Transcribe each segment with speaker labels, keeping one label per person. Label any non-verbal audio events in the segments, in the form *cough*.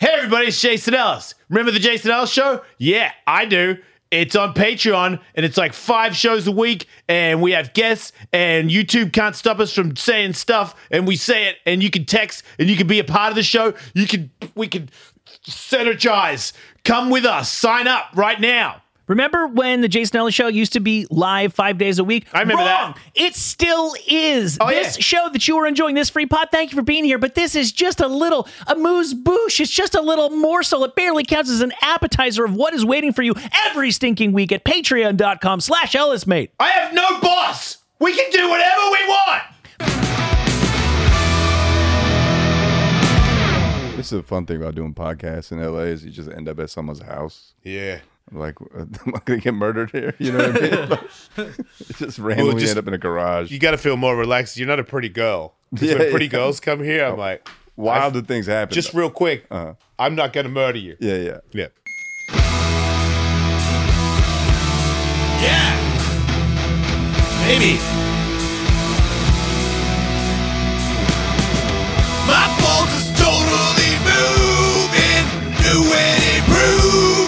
Speaker 1: everybody, it's Jason Ellis. Remember the Jason Ellis show? Yeah, I do. It's on Patreon, and it's like five shows a week, and we have guests, and YouTube can't stop us from saying stuff, and we say it, and you can text, and you can be a part of the show. You can, we can synergize. Come with us. Sign up right now.
Speaker 2: Remember when the Jason Ellis show used to be live five days a week?
Speaker 1: I remember that.
Speaker 2: Wrong. It still is.
Speaker 1: Oh,
Speaker 2: this
Speaker 1: yeah.
Speaker 2: show that you are enjoying, this free pot, thank you for being here. But this is just a little, a moose boosh. It's just a little morsel. It barely counts as an appetizer of what is waiting for you every stinking week at patreon.com slash Ellis, mate.
Speaker 1: I have no boss. We can do whatever we want.
Speaker 3: This is a fun thing about doing podcasts in LA is you just end up at someone's house.
Speaker 4: Yeah.
Speaker 3: Like, *laughs* am I gonna get murdered here? You know what I mean? Like, *laughs* just randomly
Speaker 4: just-
Speaker 3: end up in a garage.
Speaker 4: You got to feel more relaxed. You're not a pretty girl. 'Cause
Speaker 3: Yeah,
Speaker 4: when pretty
Speaker 3: yeah.
Speaker 4: girls come here, I'm like,
Speaker 3: Wild that things happen.
Speaker 4: just
Speaker 3: though.
Speaker 4: real quick, I'm not going to murder you.
Speaker 3: yeah, yeah.
Speaker 4: Yeah.
Speaker 1: Yeah. Maybe.
Speaker 5: My pulse is totally moving, doing improving.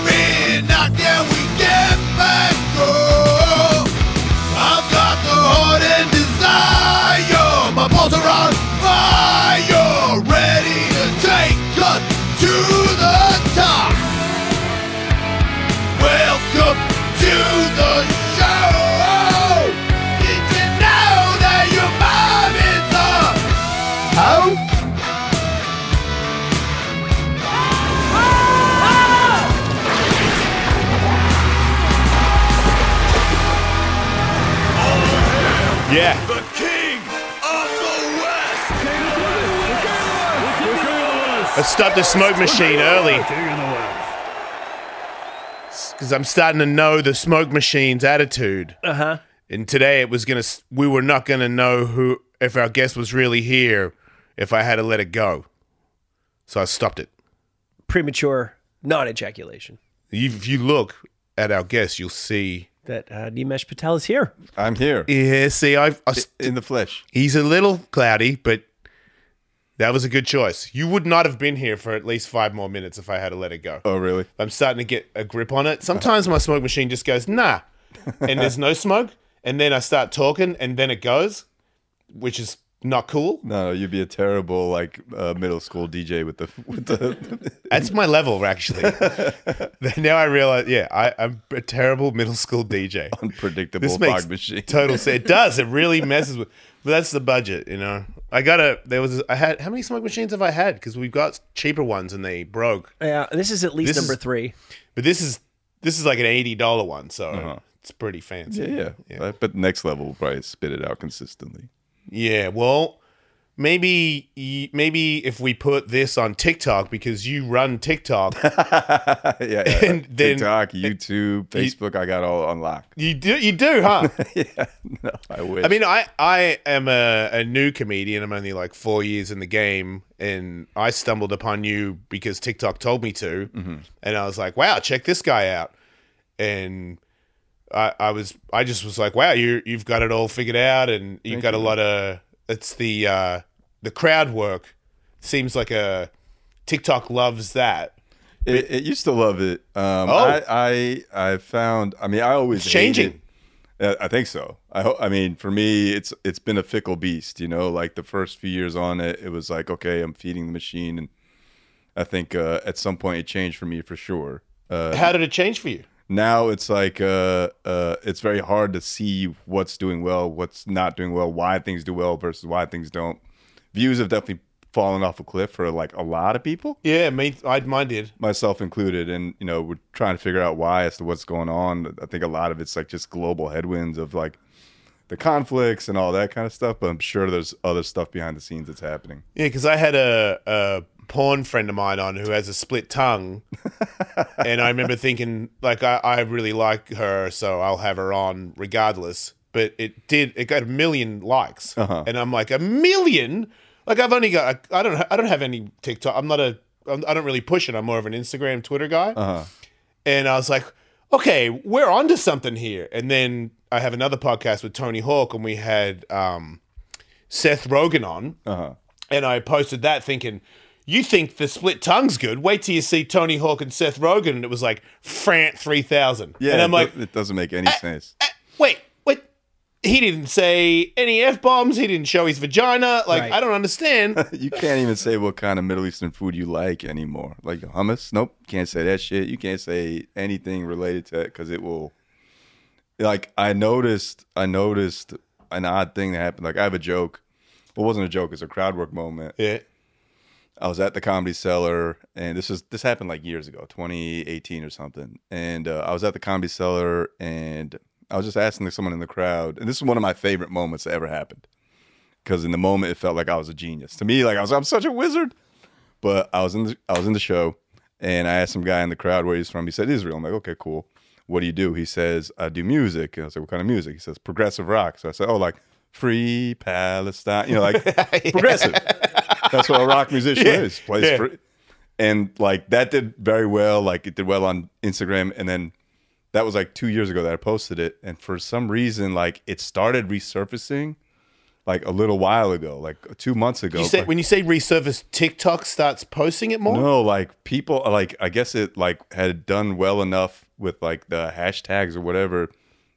Speaker 5: Not that we get back go. I've got the heart and desire. My balls are on fire, ready to take us to the top. Welcome to the show. Did you know that your mom is a hoe?
Speaker 4: Yeah.
Speaker 5: The king of the west.
Speaker 4: Let's start the smoke machine early. Because I'm starting to know the smoke machine's attitude. Uh huh. And today it was going to, we were not going to know who, if our guest was really here, if I had to let it go. So I stopped it.
Speaker 6: Premature non ejaculation.
Speaker 4: If you look at our guest, you'll see.
Speaker 6: That uh, Nimesh Patel is here.
Speaker 3: I'm here
Speaker 4: Yeah, see, I've, I, s-
Speaker 3: in the flesh.
Speaker 4: he's a little cloudy, but that was a good choice. You would not have been here for at least five more minutes if I had to let it go.
Speaker 3: Oh, really?
Speaker 4: I'm starting to get a grip on it. Sometimes my smoke machine just goes, nah, and there's no smoke. And then I start talking, and then it goes, which is not cool.
Speaker 3: No, no, you'd be a terrible like uh, middle school DJ with the *laughs* with the. *laughs*
Speaker 4: That's my level, actually. *laughs* now I realize, yeah, I, I'm a terrible middle school
Speaker 3: *laughs*
Speaker 4: DJ.
Speaker 3: Unpredictable
Speaker 4: This
Speaker 3: fog
Speaker 4: makes
Speaker 3: machine. *laughs*
Speaker 4: total sense. It does. It really messes with. But that's the budget, you know. I got to There was. I had. How many smoke machines have I had? Because we've got cheaper ones and they broke.
Speaker 6: Yeah, this is at least
Speaker 4: This
Speaker 6: number
Speaker 4: is-
Speaker 6: three.
Speaker 4: But this is this is like an eighty dollar one, so it's pretty fancy.
Speaker 3: Uh-huh. yeah, yeah, Uh, But next level will probably spit it
Speaker 4: *laughs*
Speaker 3: out consistently.
Speaker 4: Yeah, well, maybe y- maybe if we put this on TikTok because you run TikTok, *laughs*
Speaker 3: yeah, yeah, yeah.
Speaker 4: And then-
Speaker 3: TikTok, YouTube, Facebook, I got all unlocked. *laughs*
Speaker 4: you do you do, huh?
Speaker 3: yeah, no, I wish.
Speaker 4: I mean, I I am a, a new comedian. I'm only like four years in the game, and I stumbled upon you because TikTok told me to, and I was like, wow, check this guy out, and. I, I was I just was like wow you you've got it all figured out and you've got a lot of it's the uh, the crowd work seems like a TikTok loves that
Speaker 3: It, it used to love it. Um,
Speaker 4: Oh.
Speaker 3: I, I I found. I mean, I always
Speaker 4: It's changing.
Speaker 3: hated- Uh, I think so. I ho- I mean, for me, it's it's been a fickle beast. You know, like the first few years on it, it was like, okay, I'm feeding the machine, and I think uh, at some point it changed for me for sure. Uh,
Speaker 4: how did it change for you
Speaker 3: now it's like uh, uh, it's very hard to see what's doing well, what's not doing well, why things do well versus why things don't. Views have definitely fallen off a cliff for like a lot of people
Speaker 4: Yeah, me, I mine did.
Speaker 3: myself included and you know we're trying to figure out why as to what's going on i think a lot of it's like just global headwinds of like the conflicts and all that kind of stuff but i'm sure there's other stuff behind the scenes that's happening
Speaker 4: Yeah, because I had a, a porn friend of mine on who has a split tongue, and I remember thinking like I, I really like her, so I'll have her on regardless. But it did it got a million likes, and I'm like a million. Like I've only got I don't I don't have any TikTok. I'm not a I'm, I don't really push it. I'm more of an Instagram Twitter guy. and I was like, okay, we're onto something here. And then I have another podcast with Tony Hawk, and we
Speaker 3: Uh-huh.
Speaker 4: had um, Seth Rogen on, and I posted that thinking, you think the split tongue's good? Wait till you see Tony Hawk and Seth Rogen, and it was like Fran three thousand.
Speaker 3: Yeah,
Speaker 4: and I'm
Speaker 3: it
Speaker 4: like,
Speaker 3: do- it doesn't make any sense.
Speaker 4: "Eh, wait, wait. He didn't say any f bombs. He didn't show his vagina. Like
Speaker 6: Right.
Speaker 4: I don't
Speaker 3: *laughs*
Speaker 4: understand.
Speaker 3: You can't even say what kind of Middle Eastern food you like anymore. Like hummus, nope, can't say that shit. You can't say anything related to it because it will. Like I noticed, I noticed an odd thing that happened. Like I have a joke. Well, it wasn't a joke. It's a crowd work moment.
Speaker 4: yeah,
Speaker 3: I was at the Comedy Cellar, and this is this happened like years ago, 2018 or something. And uh, I was at the Comedy Cellar, and I was just asking someone in the crowd, and this is one of my favorite moments that ever happened, because in the moment it felt like I was a genius. To me, like I was, I'm such a wizard. But I was in the I was in the show, and I asked some guy in the crowd where he's from. He said Israel. I'm like, okay, cool. What do you do? He says, I do music. And I was like, what kind of music? He says, progressive rock. So I said, oh, like free Palestine, you know, like
Speaker 4: *laughs*
Speaker 3: progressive. That's what a rock musician is. Plays
Speaker 4: yeah.
Speaker 3: free. And like that did very well. Like it did well on Instagram. And then that was like two years ago that I posted it. And for some reason, like it started resurfacing like a little while ago, like two months
Speaker 4: *laughs*
Speaker 3: ago.
Speaker 4: you say
Speaker 3: Like-
Speaker 4: when you say resurface, TikTok starts posting it more.
Speaker 3: no, like people, like I guess it like had done well enough with like the hashtags or whatever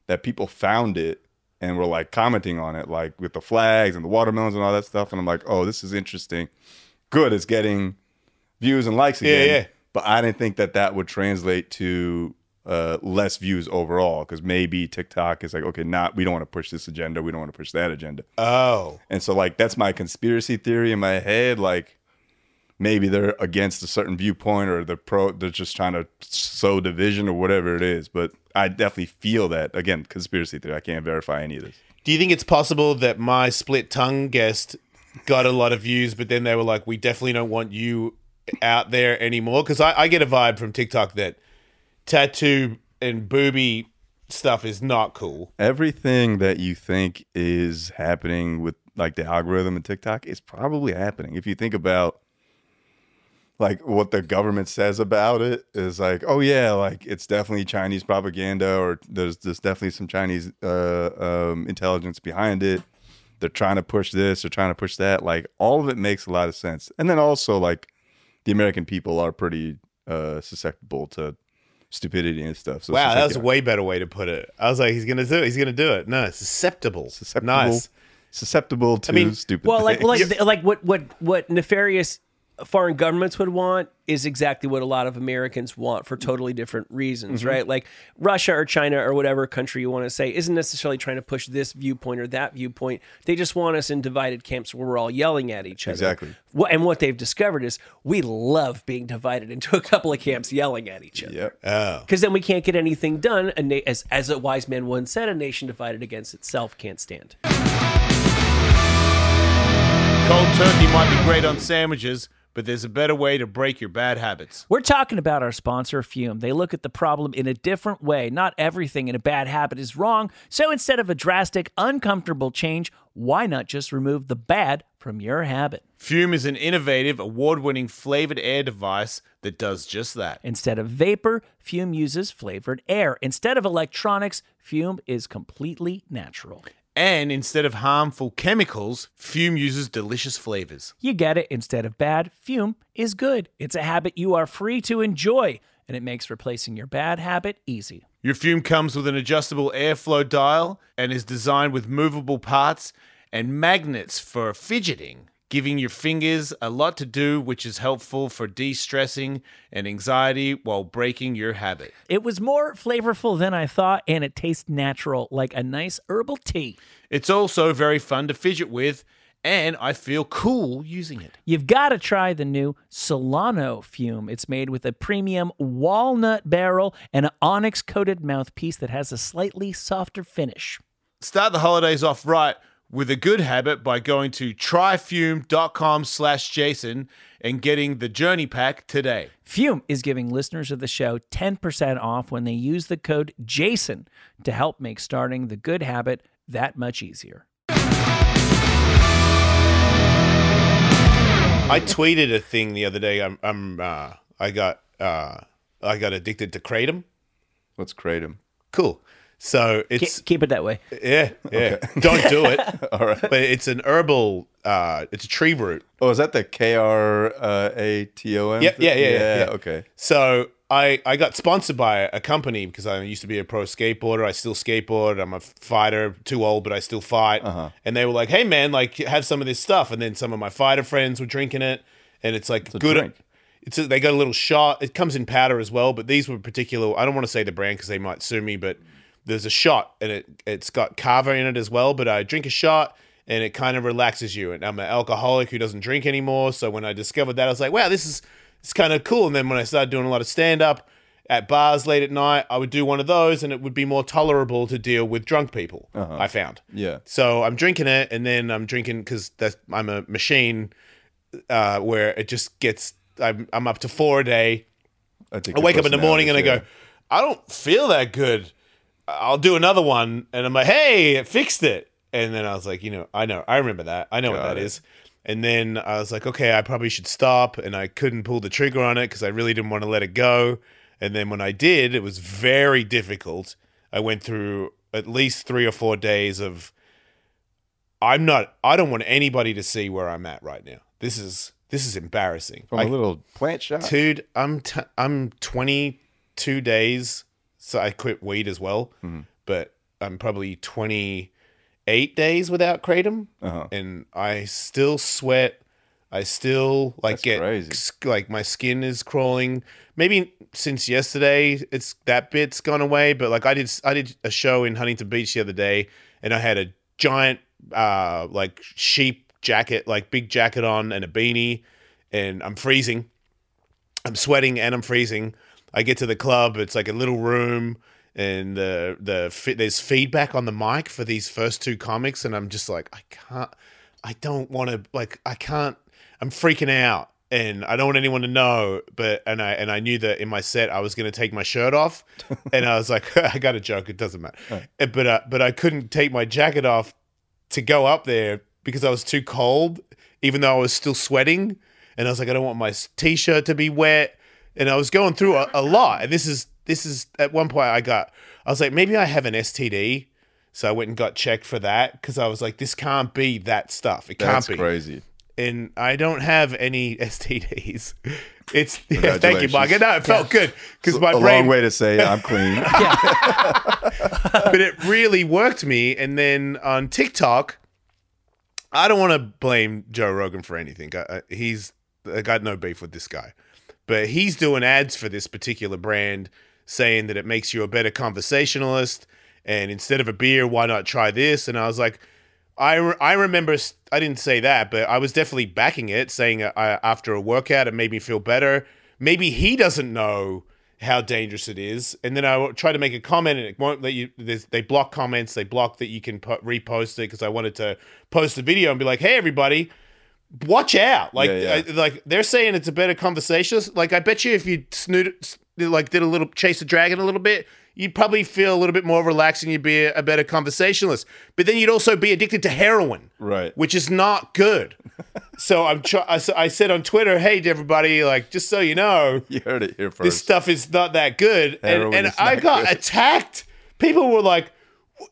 Speaker 3: that people found it and were like commenting on it, like with the flags and the watermelons and all that stuff. And I'm like, oh, this is interesting. Good, it's getting views and likes again.
Speaker 4: yeah.
Speaker 3: But I didn't think that that would translate to uh, less views overall because maybe TikTok is like, okay, not we don't want to push this agenda, we don't want to push that agenda.
Speaker 4: Oh,
Speaker 3: And so like that's my conspiracy theory in my head. Like maybe they're against a certain viewpoint or they're pro they're just trying to sow division or whatever it is. But I definitely feel that. Again, conspiracy theory. I can't verify any of this.
Speaker 4: do you think it's possible that my split tongue guest got a lot of views, but then they were like, "We definitely don't want you out there anymore"? Because I, I get a vibe from TikTok that tattoo and booby stuff is not cool.
Speaker 3: Everything that you think is happening with like the algorithm and TikTok is probably happening. If you think about like what the government says about it is like, oh yeah, like it's definitely Chinese propaganda, or there's there's definitely some Chinese uh, um, intelligence behind it. They're trying to push this, they're trying to push that. Like all of it makes a lot of sense. And then also like the American people are pretty uh, susceptible to stupidity and stuff. So it's
Speaker 4: Wow,
Speaker 3: just
Speaker 4: that
Speaker 3: like,
Speaker 4: was
Speaker 3: yeah,
Speaker 4: a way better way to put it. I was like, he's gonna do it. He's gonna do it. No, it's susceptible.
Speaker 3: susceptible,
Speaker 4: Nice.
Speaker 3: susceptible to
Speaker 4: mean,
Speaker 3: stupid.
Speaker 6: Well,
Speaker 3: *laughs*
Speaker 6: like
Speaker 3: things.
Speaker 6: like like what what what nefarious foreign governments would want is exactly what a lot of Americans want for totally different reasons,
Speaker 3: Mm-hmm.
Speaker 6: right? Like Russia or China or whatever country you want to say isn't necessarily trying to push this viewpoint or that viewpoint. They just want us in divided camps where we're all yelling at each other.
Speaker 3: Exactly.
Speaker 6: Wha- And what they've discovered is we love being divided into a couple of camps yelling at each other.
Speaker 3: Yep.
Speaker 4: Oh.
Speaker 6: Because then we can't get anything done. And na- as, as a wise man once said, a nation divided against itself can't stand.
Speaker 4: Cold turkey might be great on sandwiches, but there's a better way to break your bad habits.
Speaker 2: We're talking about our sponsor, Fume. They look at the problem in a different way. Not everything in a bad habit is wrong. So instead of a drastic, uncomfortable change, why not just remove the bad from your habit?
Speaker 4: Fume is an innovative, award-winning flavored air device that does just that.
Speaker 2: Instead of vapor, Fume uses flavored air. Instead of electronics, Fume is completely natural.
Speaker 4: And instead of harmful chemicals, Fume uses delicious flavors.
Speaker 2: You get it. Instead of bad, Fume is good. It's a habit you are free to enjoy, and it makes replacing your bad habit easy.
Speaker 4: Your Fume comes with an adjustable airflow dial and is designed with movable parts and magnets for fidgeting, giving your fingers a lot to do, which is helpful for de stressing and anxiety while breaking your habit.
Speaker 2: It was more flavorful than I thought, and it tastes natural, like a nice herbal tea.
Speaker 4: It's also very fun to fidget with, and I feel cool using it.
Speaker 2: You've got to try the new Solano fume. It's made with a premium walnut barrel and an onyx coated mouthpiece that has a slightly softer finish.
Speaker 4: Start the holidays off right with a good habit by going to tryfume.com slash jason and getting the journey pack today.
Speaker 2: Fume is giving listeners of the show 10% off when they use the code JASON to help make starting the good habit that much easier.
Speaker 4: I tweeted a thing the other day. I'm, I'm, uh, I got, uh, I got addicted to kratom.
Speaker 3: Let's create him.
Speaker 4: Cool. So
Speaker 2: Ke-
Speaker 4: it's
Speaker 2: keep it that
Speaker 4: *laughs*
Speaker 2: way.
Speaker 4: yeah, yeah. Don't do it. *laughs* All right. But it's an herbal. Uh, it's a tree root.
Speaker 3: Oh, is that the K R A T O M?
Speaker 4: Yeah, yeah, yeah, yeah, yeah.
Speaker 3: Okay.
Speaker 4: So I, I got sponsored by a company because I used to be a pro skateboarder. I still skateboard. I'm a fighter, too old, but I still fight.
Speaker 3: Uh-huh.
Speaker 4: And they were like, hey, man, like, have some of this stuff. And then some of my fighter friends were drinking it. And it's like
Speaker 3: a
Speaker 4: good.
Speaker 3: drink.
Speaker 4: It's a, they got a little shot. It comes in powder as well, but these were particular. I don't want to say the brand because they might sue me, but there's a shot and it it's got kava in it as well. But I drink a shot and it kind of relaxes you. And I'm an alcoholic who doesn't drink anymore, so when I discovered that, I was like, wow, this is it's kind of cool. And then when I started doing a lot of stand up at bars late at night, I would do one of those, and it would be more tolerable to deal with drunk people. I found.
Speaker 3: Yeah.
Speaker 4: So I'm drinking it, and then I'm drinking because that's I'm a machine uh, where it just gets. I'm, I'm up to four a day.
Speaker 3: I, think
Speaker 4: I
Speaker 3: your
Speaker 4: wake up in the morning and I
Speaker 3: personality,
Speaker 4: go, I don't feel that good. I'll do another one, and I'm like, hey, it fixed it. And then I was like, you know, I know, I remember that. I know what that
Speaker 3: Got
Speaker 4: is.
Speaker 3: it.
Speaker 4: And then I was like, okay, I probably should stop. And I couldn't pull the trigger on it because I really didn't want to let it go. And then when I did, it was very difficult. I went through at least three or four days of I'm not. I don't want anybody to see where I'm at right now. This is this is embarrassing.
Speaker 3: From
Speaker 4: I-
Speaker 3: a little plant shop.
Speaker 4: dude, I'm t- I'm 22 days. So I quit weed as well,
Speaker 3: Mm-hmm.
Speaker 4: but I'm probably 28 days without kratom,
Speaker 3: Uh-huh.
Speaker 4: and I still sweat. I still like
Speaker 3: That's
Speaker 4: get
Speaker 3: crazy.
Speaker 4: s- like my skin is crawling. Maybe since yesterday, it's that bit's gone away. But like I did, s- I did a show in Huntington Beach the other day, and I had a giant uh like sheep jacket, like big jacket on, and a beanie, and I'm freezing. I'm sweating and I'm freezing. I get to the club. It's like a little room, and the the fi- there's feedback on the mic for these first two comics, and I'm just like, I can't, I don't want to, like, I can't. I'm freaking out, and I don't want anyone to know. But and I and I knew that in my set I was gonna take my shirt off, and I was like, *laughs* I got a joke. It doesn't matter. Uh, But uh, but I couldn't take my jacket off to go up there because I was too cold, even though I was still sweating. And I was like, I don't want my s- t-shirt to be wet. And I was going through a, a lot. And this is this is at one point I got I was like, maybe I have an STD. So I went and got checked for that because I was like, this can't be that stuff. It can't
Speaker 3: That's
Speaker 4: be.
Speaker 3: crazy.
Speaker 4: And I don't have any *laughs* STDs. It's yeah, thank you, Mike. No, it felt good because my
Speaker 3: a
Speaker 4: brain
Speaker 3: long way
Speaker 4: *laughs*
Speaker 3: to say I'm clean.
Speaker 4: but it really worked me. And then on TikTok, I don't want to blame Joe Rogan for anything. I, I, he's I got no beef with this guy, but he's doing ads for this particular brand, saying that it makes you a better conversationalist. And instead of a beer, why not try this? And I was like, I, re- I remember s- I didn't say that, but I was definitely backing it, saying uh, I, after a workout it made me feel better. Maybe he doesn't know how dangerous it is, and then I w- tried to make a comment, and it won't let you. there's- They block comments, they block that you can po- repost it because I wanted to post the video and be like, hey everybody, watch out! Like
Speaker 3: Yeah, yeah.
Speaker 4: I- like they're saying it's a better conversation. Like I bet you if you snoot s- like did a little chase the dragon a little bit. You'd probably feel a little bit more relaxed and you'd be a a better conversationalist. But then you'd also be addicted to heroin
Speaker 3: Right.
Speaker 4: which is not
Speaker 3: *laughs*
Speaker 4: good. so I'm try- I, s- I said on Twitter, hey to everybody, like just so you know,
Speaker 3: You heard it here first.
Speaker 4: this stuff is not that good. And,
Speaker 3: Heroin
Speaker 4: and
Speaker 3: is
Speaker 4: I
Speaker 3: not
Speaker 4: got
Speaker 3: good.
Speaker 4: attacked. People were like,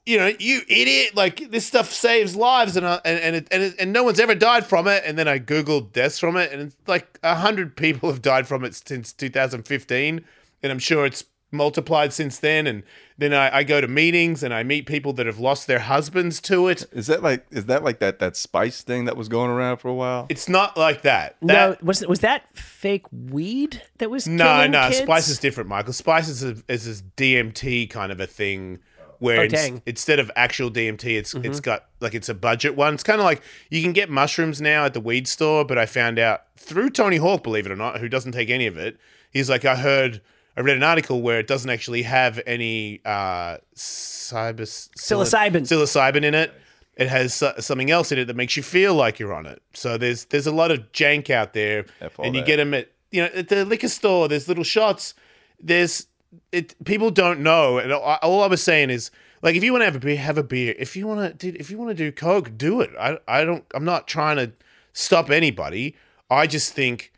Speaker 4: you know, you idiot! Like this stuff saves lives, and I, and and it, and, it, and no one's ever died from it. And then I googled deaths from it, and it's like a hundred people have died from it since 2015, and I'm sure it's multiplied since then. And then I, I go to meetings and I meet people that have lost their husbands to it.
Speaker 3: Is that like is that like that that spice thing that was going around for a while?
Speaker 4: It's not like that. That-
Speaker 2: *laughs* No, was was that fake weed that was?
Speaker 4: No,
Speaker 2: killing
Speaker 4: no,
Speaker 2: kids?
Speaker 4: spice is different, Michael. Spice is a, is this DMT kind of a thing where
Speaker 2: Oh,
Speaker 4: ins-
Speaker 2: dang. Mm-hmm.
Speaker 4: instead of actual DMT, it's it's got like it's a budget one. It's kind of like you can get mushrooms now at the weed store, but I found out through Tony Hawk, believe it or not, who doesn't take any of it. He's like, I heard, I read an article where it doesn't actually have any uh, cyber psil-
Speaker 2: Psilocybin.
Speaker 4: psilocybin in it. It has so- something else in it that makes you feel like you're on it. So there's there's a lot of jank out there,
Speaker 3: F all
Speaker 4: and you
Speaker 3: that.
Speaker 4: get them at you know at the liquor store. There's little shots. There's it. People don't know, and all, all I was saying is like if you want to have a beer, have a beer. If you want to, dude, if you want to do coke, do it. I I don't. I'm not trying to stop anybody. I just think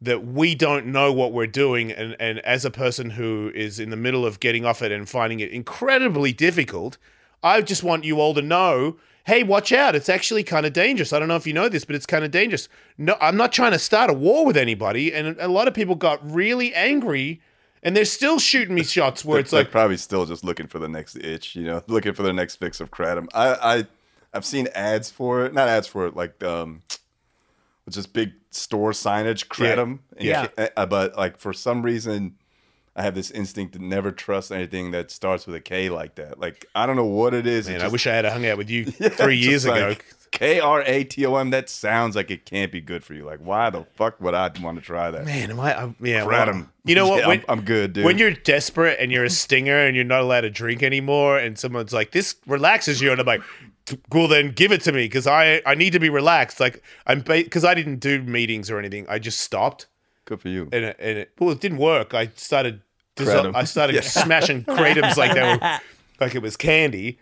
Speaker 4: that we don't know what we're doing and, and as a person who is in the middle of getting off it and finding it incredibly difficult i just want you all to know hey watch out it's actually kind of dangerous i don't know if you know this but it's kind of dangerous no i'm not trying to start a war with anybody and a lot of people got really angry and they're still shooting me shots where it's
Speaker 3: They're *laughs*
Speaker 4: like
Speaker 3: probably still just looking for the next itch, you know, *laughs* looking for the next fix of kratom. I, I I've seen ads for it, not ads for it, like um, it's just big store signage kratom. And
Speaker 4: Yeah.
Speaker 3: ca- uh, but like for some reason, I have this instinct to never trust anything that starts with a K like that. Like I don't know what it is. it
Speaker 4: man i
Speaker 3: just-
Speaker 4: wish i had hung out with you three
Speaker 3: Just
Speaker 4: years ago
Speaker 3: like, K R A T O M. That sounds like it can't be good for you. Like, why the fuck would I want to try that?
Speaker 4: Man, am I? I'm, yeah,
Speaker 3: Grab
Speaker 4: well,
Speaker 3: 'em.
Speaker 4: You know what?
Speaker 3: *laughs* Yeah, I'm- I'm good, dude.
Speaker 4: When you're desperate and you're a stinger and you're not allowed to drink anymore, and someone's like, "This relaxes you," and I'm like, "T- "Well, then give it to me because I I need to be relaxed." Like I'm because I didn't do meetings or anything. I just stopped,
Speaker 3: Good for you.
Speaker 4: and it- and it, well, it didn't work. I started
Speaker 3: Kratom.
Speaker 4: I started smashing kratoms like they were like it was candy.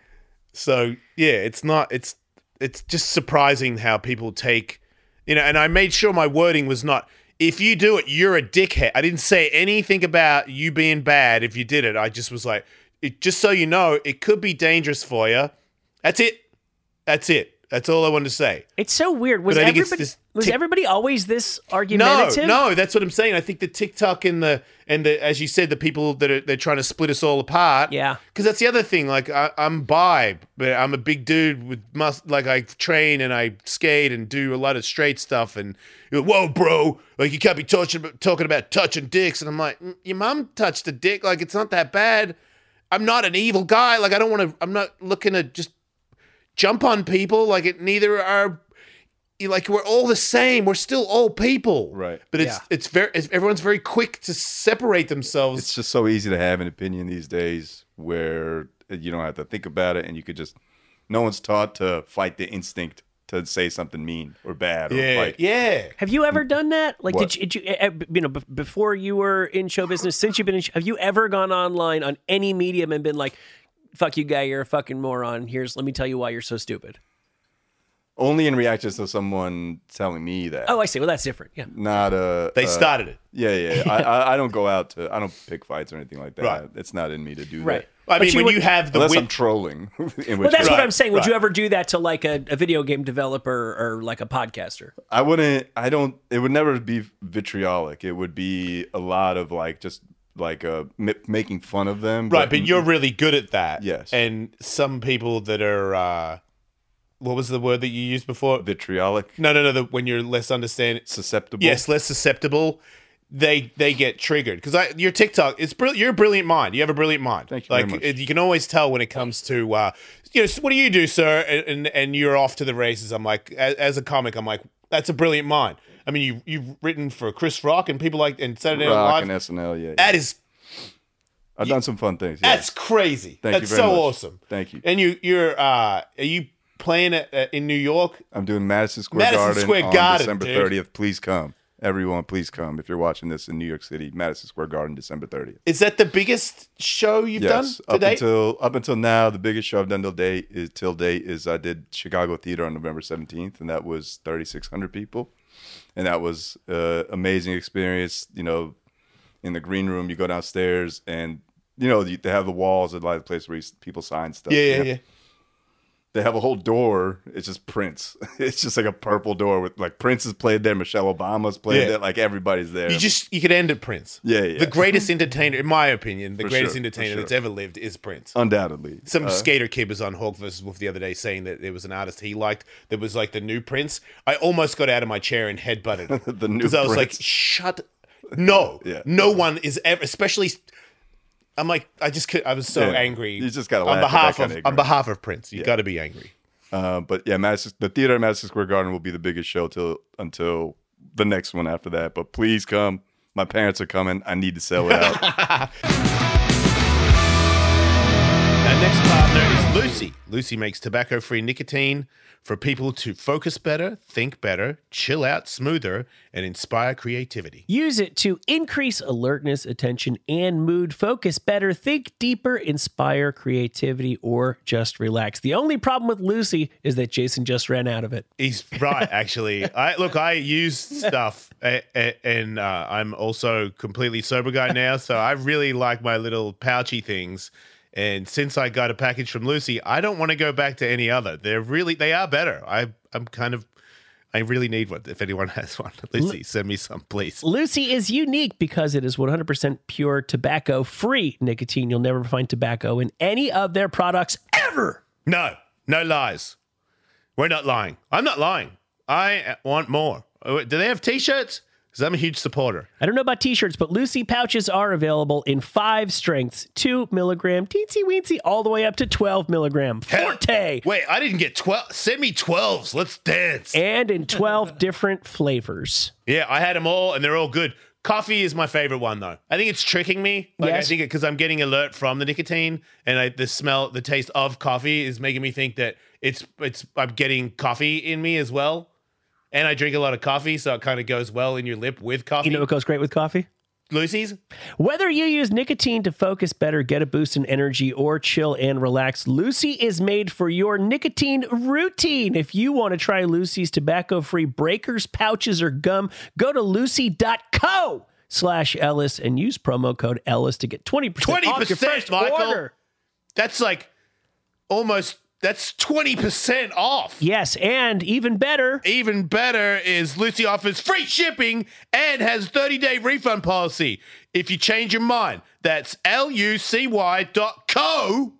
Speaker 4: So yeah, it's not. It's it's just surprising how people take, you know. And I made sure my wording was not. If you do it, you're a dickhead. I didn't say anything about you being bad if you did it. I just was like, it, just so you know, it could be dangerous for you. That's it. That's it. That's all I wanted to say.
Speaker 2: It's so weird. Was
Speaker 4: But I think it's
Speaker 2: everybody
Speaker 4: this
Speaker 2: was
Speaker 4: tick-
Speaker 2: everybody always this
Speaker 4: No,
Speaker 2: argumentative?
Speaker 4: no, that's what I'm saying. I think the TikTok and the and the as you said, the people that are they're trying to split us all apart.
Speaker 2: Yeah.
Speaker 4: because that's the other thing. Like I, I'm bi, but I'm a big dude with must. Like I train and I skate and do a lot of straight stuff. And you're like, whoa, bro, like you can't be touching, talking about touching dicks. And I'm like, "Mm, your mom touched a dick. Like it's not that bad. I'm not an evil guy. Like I don't want to. I'm not looking to just jump on people. Like it. Neither are. Like we're all the same. We're still all people.
Speaker 3: Right.
Speaker 4: But it's it's very it's, everyone's very quick to separate themselves.
Speaker 3: It's just so easy to have an opinion these days where you don't have to think about it and you could just no one's taught to fight the instinct to say something mean or bad or
Speaker 4: yeah.
Speaker 3: like
Speaker 4: Yeah.
Speaker 2: Have you
Speaker 4: Mm.
Speaker 2: ever done that? Like,
Speaker 3: What?
Speaker 2: did you, did you, uh, uh, you know, b- before you were in show business, since you've been in, sh- have you ever gone online on any medium and been like, "Fuck you, guy, you're a fucking moron." Here's, let me tell you why you're so stupid.
Speaker 3: only in reaction to someone telling me that.
Speaker 2: Oh, I see. Well, that's different. Yeah.
Speaker 3: Not a
Speaker 4: They
Speaker 3: uh,
Speaker 4: started it.
Speaker 3: Yeah, yeah.
Speaker 4: *laughs*
Speaker 3: I, I I don't go out to I don't pick fights or anything like that.
Speaker 4: Right.
Speaker 3: It's not in me to do
Speaker 2: Right.
Speaker 3: that.
Speaker 4: I
Speaker 2: But
Speaker 4: mean,
Speaker 2: you
Speaker 4: when
Speaker 2: would-
Speaker 4: you have the
Speaker 3: Unless
Speaker 4: win-
Speaker 3: I'm trolling. *laughs* in
Speaker 2: Well,
Speaker 3: which
Speaker 2: that's
Speaker 3: case-
Speaker 2: what
Speaker 4: Right,
Speaker 2: I'm saying. Would you
Speaker 4: right.
Speaker 2: ever do that to like a, a video game developer or like a podcaster?
Speaker 3: I wouldn't. I don't. It would never be vitriolic. It would be a lot of like just like uh m- making fun of them.
Speaker 4: right, but you're really good at that.
Speaker 3: Mm-hmm. Yes.
Speaker 4: And some people that are, uh, what was the word that you used before?
Speaker 3: vitriolic,
Speaker 4: No, no, no. The, when you're less understanding,
Speaker 3: susceptible.
Speaker 4: yes, less susceptible, they they get triggered because I your TikTok is brilliant. You're a brilliant mind. You have a brilliant mind.
Speaker 3: Thank you very
Speaker 4: Like
Speaker 3: much.
Speaker 4: it- you can always tell when it comes to, uh, you know, "So what do you do, sir? And, and and you're off to the races. I'm like, as, as a comic, I'm like, that's a brilliant mind. I mean, you you've written for Chris Rock and people like and Saturday Night
Speaker 3: Rock
Speaker 4: Live.
Speaker 3: and SNL. Yeah, yeah.
Speaker 4: that is
Speaker 3: I've done some fun things. yeah.
Speaker 4: That's crazy.
Speaker 3: Thank you
Speaker 4: That's
Speaker 3: very
Speaker 4: so
Speaker 3: much.
Speaker 4: awesome.
Speaker 3: Thank you.
Speaker 4: And you, you're, uh, are you playing at, at, in New York?
Speaker 3: I'm doing Madison Square
Speaker 4: Madison
Speaker 3: Garden
Speaker 4: Square
Speaker 3: on
Speaker 4: Garden,
Speaker 3: December
Speaker 4: dude.
Speaker 3: 30th. Please come, everyone. Please come if you're watching this in New York City, Madison Square Garden, December 30th.
Speaker 4: Is that the biggest show you've
Speaker 3: Yes,
Speaker 4: done
Speaker 3: up
Speaker 4: today?
Speaker 3: until up until now, the biggest show I've done till date is till date is I did Chicago Theater on November 17th, and that was 3,600 people, and that was uh, amazing experience. You know, in the green room, you go downstairs, and you know you- they have the walls and like the place where you, s- people sign stuff.
Speaker 4: yeah, yeah,
Speaker 3: You
Speaker 4: yeah.
Speaker 3: they have a whole door. It's just Prince. *laughs* It's just like a purple door with like Prince has played there, Michelle Obama's played
Speaker 4: Yeah.
Speaker 3: there, like everybody's there.
Speaker 4: You just, you could end at Prince.
Speaker 3: Yeah, yeah.
Speaker 4: The greatest entertainer, in my opinion, the
Speaker 3: For
Speaker 4: greatest
Speaker 3: sure, for
Speaker 4: entertainer
Speaker 3: sure.
Speaker 4: that's ever lived is Prince.
Speaker 3: Undoubtedly,
Speaker 4: Some
Speaker 3: Uh,
Speaker 4: skater kid was on Hawk vs. Wolf the other day saying that there was an artist he liked that was like the new Prince. I almost got out of my chair and headbutted him.
Speaker 3: *laughs* The new
Speaker 4: Because I was like,
Speaker 3: Prince.
Speaker 4: shut. No.
Speaker 3: *laughs* Yeah.
Speaker 4: No one is ever, especially. I'm like, I just could, I was so
Speaker 3: Yeah.
Speaker 4: angry.
Speaker 3: You just gotta
Speaker 4: on
Speaker 3: laugh at that
Speaker 4: behalf
Speaker 3: kinda
Speaker 4: of on
Speaker 3: ignorance.
Speaker 4: behalf of Prince. You got to be angry.
Speaker 3: Uh, but yeah, Madison, the theater at Madison Square Garden will be the biggest show till until the next one after that. But please come. My parents are coming. I need to sell it out.
Speaker 4: Our next partner is Lucy. Lucy makes tobacco free nicotine for people to focus better, think better, chill out smoother, and inspire creativity.
Speaker 6: Use it to increase alertness, attention, and mood, focus better, think deeper, inspire creativity, or just relax. The only problem with Lucy is that Jason just ran out of it.
Speaker 4: He's right, actually. I look, I use stuff, a- a- and uh, I'm also completely sober guy now, so I really like my little pouchy things. And since I got a package from Lucy, I don't want to go back to any other. They're really, they are better. I, I'm kind of, I really need one. If anyone *laughs* has one, Lucy, send me some, please.
Speaker 6: Lucy is unique because it is 100% pure tobacco free nicotine. You'll never find tobacco in any of their products ever.
Speaker 4: No, no lies. We're not lying. I'm not lying. I want more. Oh, Do they have T-shirts? Because I'm a huge supporter.
Speaker 6: I don't know about t shirts, but Lucy pouches are available in five strengths 2 milligram, teensy weensy, all the way up to 12 milligram. Forte!
Speaker 4: Wait, I didn't get twelve. Send me twelves. Let's dance.
Speaker 6: And in 12 different flavors.
Speaker 4: Yeah, I had them all, and they're all good. Coffee is my favorite one, though. I think it's tricking me. Like
Speaker 6: Yes.
Speaker 4: I think because I'm getting alert from the nicotine, and I, the smell, the taste of coffee is making me think that it's it's I'm getting coffee in me as well. And I drink a lot of coffee, so it kind of goes well in your lip with coffee.
Speaker 6: You know what goes great with coffee?
Speaker 4: Lucy's
Speaker 6: Whether you use nicotine to focus better, get a boost in energy, or chill and relax, Lucy is made for your nicotine routine. If you want to try Lucy's tobacco free breakers, pouches, or gum, go to lucy.co slash Ellis and use promo code Ellis to get 20% off
Speaker 4: 20%,
Speaker 6: your first
Speaker 4: Michael.
Speaker 6: order.
Speaker 4: that's like almost that's twenty percent off.
Speaker 6: Yes, and even better,
Speaker 4: Even better is Lucy offers free shipping and has 30 day refund policy. If you change your mind, that's L U C Y dot co,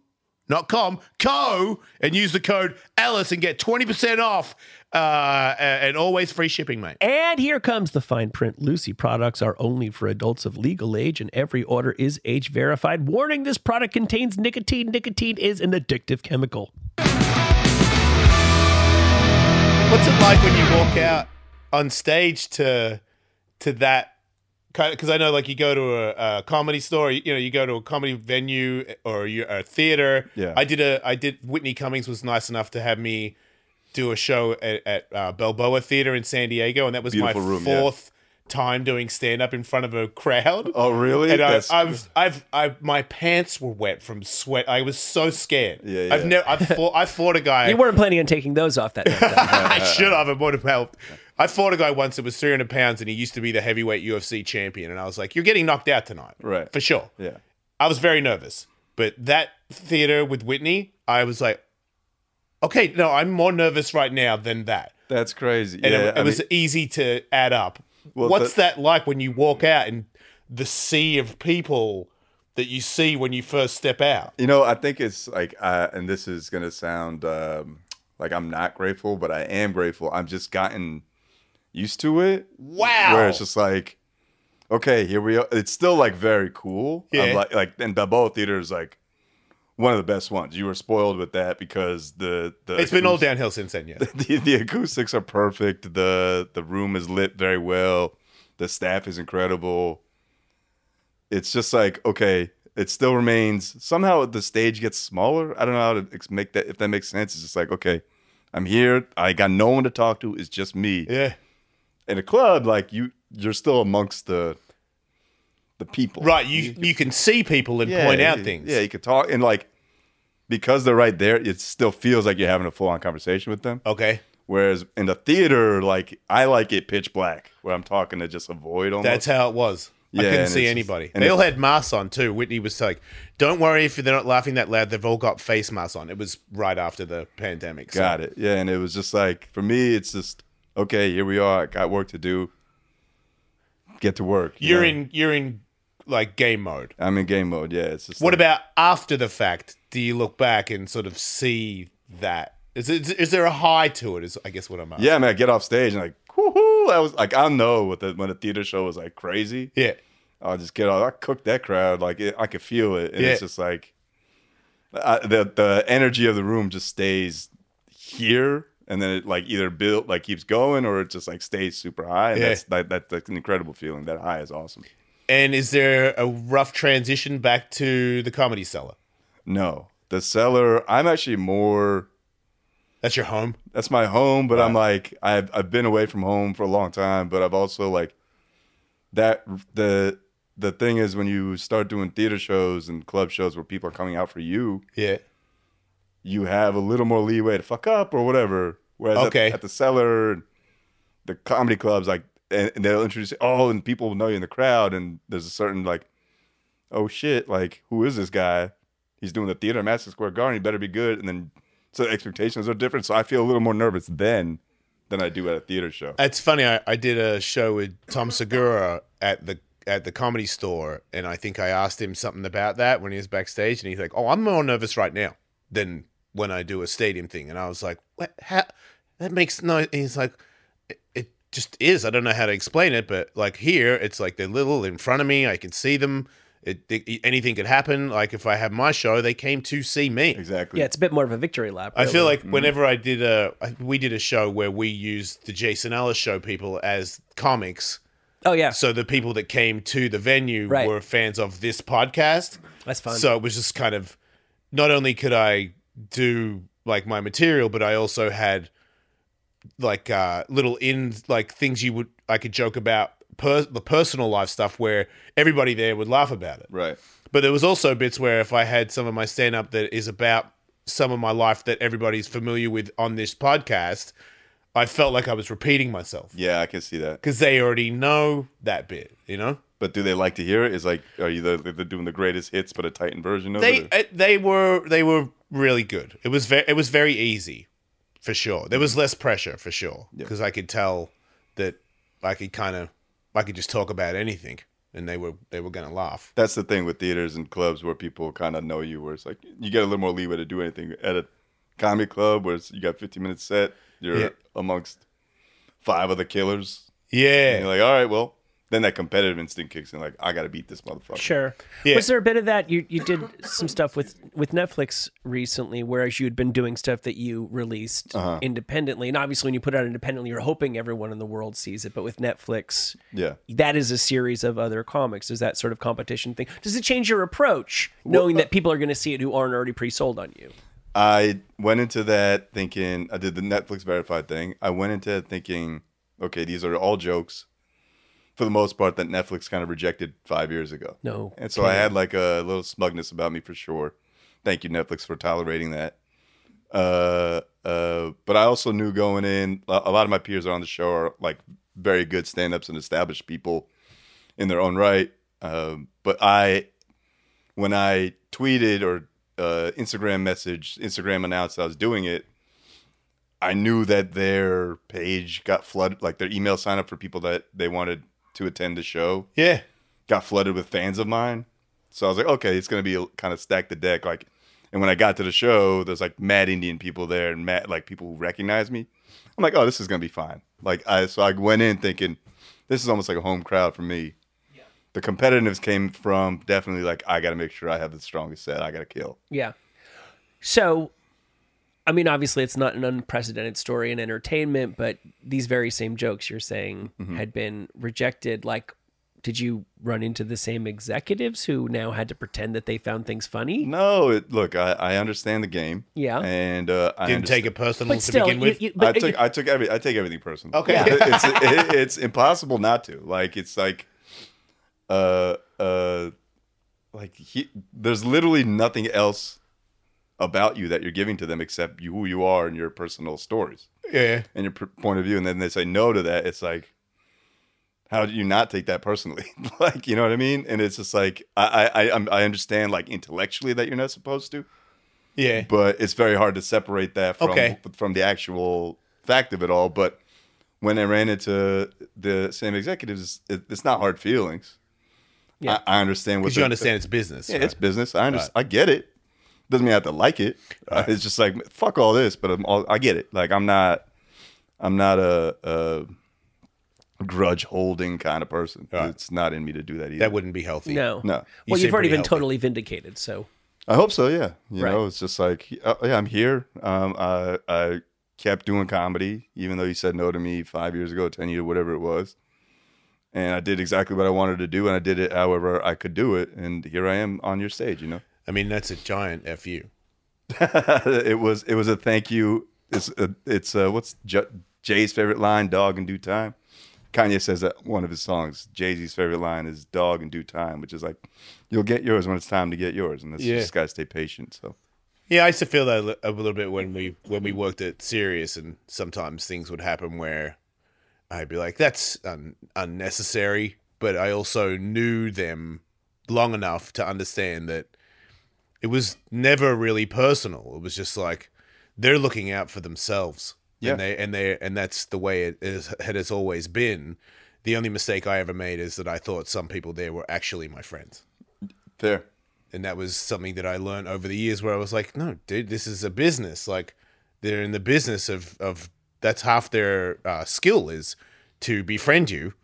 Speaker 4: not com, co, and use the code Alice and get 20% off uh, a- and always free shipping, mate.
Speaker 6: And here comes the fine print. Lucy products are only for adults of legal age, and every order is age verified. Warning this product contains nicotine. Nicotine is an addictive chemical.
Speaker 4: What's it like when you walk out on stage to to that kind? Because I know, like, you go to a, a comedy store, you know, you go to a comedy venue or you, a theater.
Speaker 3: Yeah.
Speaker 4: I did a I did Whitney Cummings was nice enough to have me do a show at, at uh, Balboa Theater in San Diego, and that was
Speaker 3: Beautiful
Speaker 4: my
Speaker 3: room, yeah.
Speaker 4: fourth time doing stand up in front of a crowd.
Speaker 3: *laughs* Oh, really?
Speaker 4: And I,
Speaker 3: That's-
Speaker 4: I've, I've, I, my pants were wet from sweat. I was so scared.
Speaker 3: Yeah, yeah.
Speaker 4: I've never, I fought, I fought a
Speaker 3: *laughs*
Speaker 4: guy.
Speaker 6: You weren't planning on taking those off that
Speaker 4: *laughs*
Speaker 6: night.
Speaker 4: I should have. It would have helped. I fought a guy once that was 300 pounds and he used to be the heavyweight UFC champion. And I was like, you're getting knocked out tonight.
Speaker 3: Right.
Speaker 4: For sure.
Speaker 3: Yeah.
Speaker 4: I was very nervous. But that theater with Whitney, I was like, okay, no, I'm more nervous right now than that.
Speaker 3: That's crazy.
Speaker 4: And
Speaker 3: yeah,
Speaker 4: it, it
Speaker 3: I
Speaker 4: was
Speaker 3: mean,
Speaker 4: easy to add up.
Speaker 3: Well,
Speaker 4: What's
Speaker 3: the-
Speaker 4: that like when you walk out and the sea of people that you see when you first step out?
Speaker 3: you know, I think it's like, uh, and this is gonna sound um, like I'm not grateful, but I am grateful. I've just gotten used to it.
Speaker 4: Wow.
Speaker 3: Where it's just like, okay, here we are. It's still like very cool. I'm
Speaker 4: Yeah.
Speaker 3: like, like, and Balboa Theater is like one of the best ones. You were spoiled with that because the the
Speaker 4: it's been all
Speaker 3: acoustic-
Speaker 4: downhill since then, yeah.
Speaker 3: *laughs* the, the acoustics are perfect. The the room is lit very well. The staff is incredible. It's just like okay, it still remains somehow the stage gets smaller. I don't know how to ex- make that if that makes sense. It's just like okay, I'm here. I got no one to talk to. It's just me.
Speaker 4: yeah.
Speaker 3: In a club, like you, you're still amongst the the people.
Speaker 4: Right, you you can see people and
Speaker 3: Yeah,
Speaker 4: point out
Speaker 3: you-
Speaker 4: things.
Speaker 3: Yeah, you could talk and like because they're right there, it still feels like you're having a full on conversation with them.
Speaker 4: Okay.
Speaker 3: Whereas in the theater, like I like it pitch black, where I'm talking to just a void almost.
Speaker 4: That's how it was. I
Speaker 3: Yeah,
Speaker 4: couldn't
Speaker 3: and
Speaker 4: see
Speaker 3: it's-
Speaker 4: anybody.
Speaker 3: and
Speaker 4: They
Speaker 3: it-
Speaker 4: all had masks on too. Whitney was like, "Don't worry if they're not laughing that loud. They've all got face masks on." It was right after the pandemic. So.
Speaker 3: Got it. Yeah, and it was just like for me, it's just okay. Here we are. I got work to do. Get to work. you
Speaker 4: You're
Speaker 3: know?
Speaker 4: in you're in like game mode.
Speaker 3: I'm in game mode. Yeah. It's just.
Speaker 4: What
Speaker 3: like-
Speaker 4: about after the fact? Do you look back and sort of see that? Is it, is there a high to it? Is I guess what I'm asking.
Speaker 3: Yeah, man. I get off stage and like, woohoo! I was like, I know what the when a theater show was like crazy.
Speaker 4: Yeah.
Speaker 3: I'll just get off. I cooked that crowd. Like it, I could feel it, and
Speaker 4: Yeah.
Speaker 3: it's just like I, the the energy of the room just stays here, and then it like either build like keeps going, or it just like stays super high. And
Speaker 4: Yeah.
Speaker 3: that's that, that that's an incredible feeling. That high is awesome.
Speaker 4: And is there a rough transition back to the comedy cellar?
Speaker 3: No, The cellar. I'm actually more.
Speaker 4: That's your home.
Speaker 3: That's my home, but I'm like I've I've been away from home for a long time, but I've also like that the the thing is when you start doing theater shows and club shows where people are coming out for you,
Speaker 4: Yeah.
Speaker 3: you have a little more leeway to fuck up or whatever. Whereas at-
Speaker 4: Okay.
Speaker 3: at, the cellar, the comedy clubs, like, and, and they'll introduce, oh, and people will know you in the crowd, and there's a certain like, oh shit, like who is this guy? He's doing the theater at Madison Square Garden. He better be good. And then so the expectations are different. So I feel a little more nervous then than I do at a theater show.
Speaker 4: It's funny. I, I did a show with Tom Segura at the at the comedy store, and I think I asked him something about that when he was backstage, and he's like, "Oh, I'm more nervous right now than when I do a stadium thing." And I was like, "What? How? That makes no." and he's like, it, "It just is. I don't know how to explain it, but like here, it's like they're little in front of me. I can see them. It, it- anything could happen. Like if I have my show, they came to see me.
Speaker 3: Exactly.
Speaker 6: Yeah, it's a bit more of a victory lap.
Speaker 4: I feel
Speaker 6: really.
Speaker 4: like whenever I did a, I- we did a show where we used the Jason Ellis show people as comics.
Speaker 6: oh yeah,
Speaker 4: So the people that came to the venue
Speaker 6: Right.
Speaker 4: were fans of this podcast.
Speaker 6: that's fun.
Speaker 4: So it was just kind of, not only could I do like my material, but I also had like uh little in like things you would I could joke about per, the personal life stuff where everybody there would laugh about it.
Speaker 3: Right.
Speaker 4: But there was also bits where if I had some of my stand up that is about some of my life that everybody's familiar with on this podcast, I felt like I was repeating myself
Speaker 3: Yeah, I can see that.
Speaker 4: because they already know that bit, you know?
Speaker 3: But do they like to hear it? Is like, are you the, they're doing the greatest hits, but a Titan version of
Speaker 4: They
Speaker 3: it?
Speaker 4: uh, they were they were really good. It was very it was very easy for sure. There was less pressure for sure because I could tell that I could kind of I could just talk about anything and they were they were going to laugh.
Speaker 3: that's the thing with theaters and clubs where people kind of know you, where it's like you get a little more leeway to do anything at a comedy club where it's, you got 15 minutes set, you're
Speaker 4: Yeah.
Speaker 3: amongst five other killers.
Speaker 4: Yeah.
Speaker 3: And you're like, all right, well, then that competitive instinct kicks in, like, I got to beat this motherfucker.
Speaker 6: Sure.
Speaker 4: Yeah.
Speaker 6: Was there a bit of that? You you did some stuff with with Netflix recently, whereas you'd been doing stuff that you released
Speaker 4: Uh-huh.
Speaker 6: independently, and obviously when you put it out independently, you're hoping everyone in the world sees it. But with Netflix,
Speaker 3: Yeah.
Speaker 6: that is a series of other comics. Is that sort of competition thing? Does it change your approach,
Speaker 4: uh,
Speaker 6: knowing that people are going to see it who aren't already pre sold on you?
Speaker 3: I went into that thinking I did the Netflix verified thing. I went into it thinking, okay, these are all jokes for the most part that Netflix kind of rejected five years ago.
Speaker 6: No
Speaker 3: And so I had like a little smugness about me for sure. Thank you, Netflix, for tolerating that. Uh, uh, but I also knew going in, a a lot of my peers on the show are like very good stand ups and established people in their own right. Um, but I, when I tweeted or uh, Instagram message, Instagram announced I was doing it, I knew that their page got flooded, like their email sign up for people that they wanted to attend the show
Speaker 4: Yeah.
Speaker 3: got flooded with fans of mine. So I was like, okay, it's gonna be kind of stack the deck. Like, and when I got to the show, there's like mad Indian people there and mad like people who recognize me. I'm like, oh, this is gonna be fine. Like, I so I went in thinking this is almost like a home crowd for me. The competitiveness came from definitely like I got to make sure I have the strongest set. I got to kill.
Speaker 6: Yeah. So, I mean, obviously, it's not an unprecedented story in entertainment, but these very same jokes you're saying had been rejected. Like, did you run into the same executives who now had to pretend that they found things funny?
Speaker 3: No, it, look, I, I understand the game.
Speaker 6: Yeah.
Speaker 3: and uh, I
Speaker 4: Didn't take it personal to
Speaker 6: But still,
Speaker 4: begin
Speaker 6: you,
Speaker 4: with.
Speaker 6: you,
Speaker 3: I
Speaker 6: but
Speaker 3: took I took every I take everything personal.
Speaker 4: Okay.
Speaker 3: it's it, it's impossible not to. Like it's like, uh uh, like he, there's literally nothing else about you that you're giving to them except you, who you are and your personal stories
Speaker 4: yeah.
Speaker 3: and your pr- point of view. And then they say no to that. It's like, how do you not take that personally? *laughs* like you know what I mean? And it's just like I I I, I'm- I understand like intellectually that you're not supposed to
Speaker 4: Yeah.
Speaker 3: but it's very hard to separate that from
Speaker 4: Okay.
Speaker 3: from the actual fact of it all. But when I ran into the same executives, it, it's not hard feelings.
Speaker 6: Yeah.
Speaker 3: I, I understand what
Speaker 4: Because you
Speaker 3: the-
Speaker 4: understand it's business.
Speaker 3: Yeah,
Speaker 4: right?
Speaker 3: it's business. I understand. I get it. Doesn't mean I have to like it. Uh, It's just like fuck all this, but I'm all, I get it. Like I'm not, I'm not a, a grudge holding kind of person.
Speaker 4: Right.
Speaker 3: It's not in me to do that either.
Speaker 4: that wouldn't be healthy.
Speaker 6: no.
Speaker 3: no.
Speaker 4: You
Speaker 6: Well,
Speaker 4: seem
Speaker 6: you've already
Speaker 4: pretty
Speaker 6: been
Speaker 4: healthy.
Speaker 6: totally vindicated. So,
Speaker 3: I hope so. Yeah, you
Speaker 6: Right.
Speaker 3: know, it's just like, uh, yeah, I'm here. Um, I, I kept doing comedy, even though you said no to me five years ago, ten years, whatever it was. And I did exactly what I wanted to do, and I did it however I could do it, and here I am on your stage. You know,
Speaker 4: I mean, that's a giant fu.
Speaker 3: it was it was a thank you. It's a, it's uh what's J- Jay's favorite line? Dog in due time. Kanye says that one of his songs. Jay Z's favorite line is "Dog in due time," which is like, "You'll get yours when it's time to get yours," and this
Speaker 4: Yeah.
Speaker 3: just gotta stay patient. So
Speaker 4: Yeah, I used to feel that a li- a little bit when we when we worked at Sirius, and sometimes things would happen where I'd be like, "That's un- unnecessary," but I also knew them long enough to understand that it was never really personal. It was just like they're looking out for themselves,
Speaker 3: Yeah.
Speaker 4: and they and they and that's the way it is, it has always been. The only mistake I ever made is that I thought some people there were actually my friends
Speaker 3: fair.
Speaker 4: and that was something that I learned over the years where I was like, no, dude, this is a business. Like they're in the business of of that's half their uh, skill is to befriend you,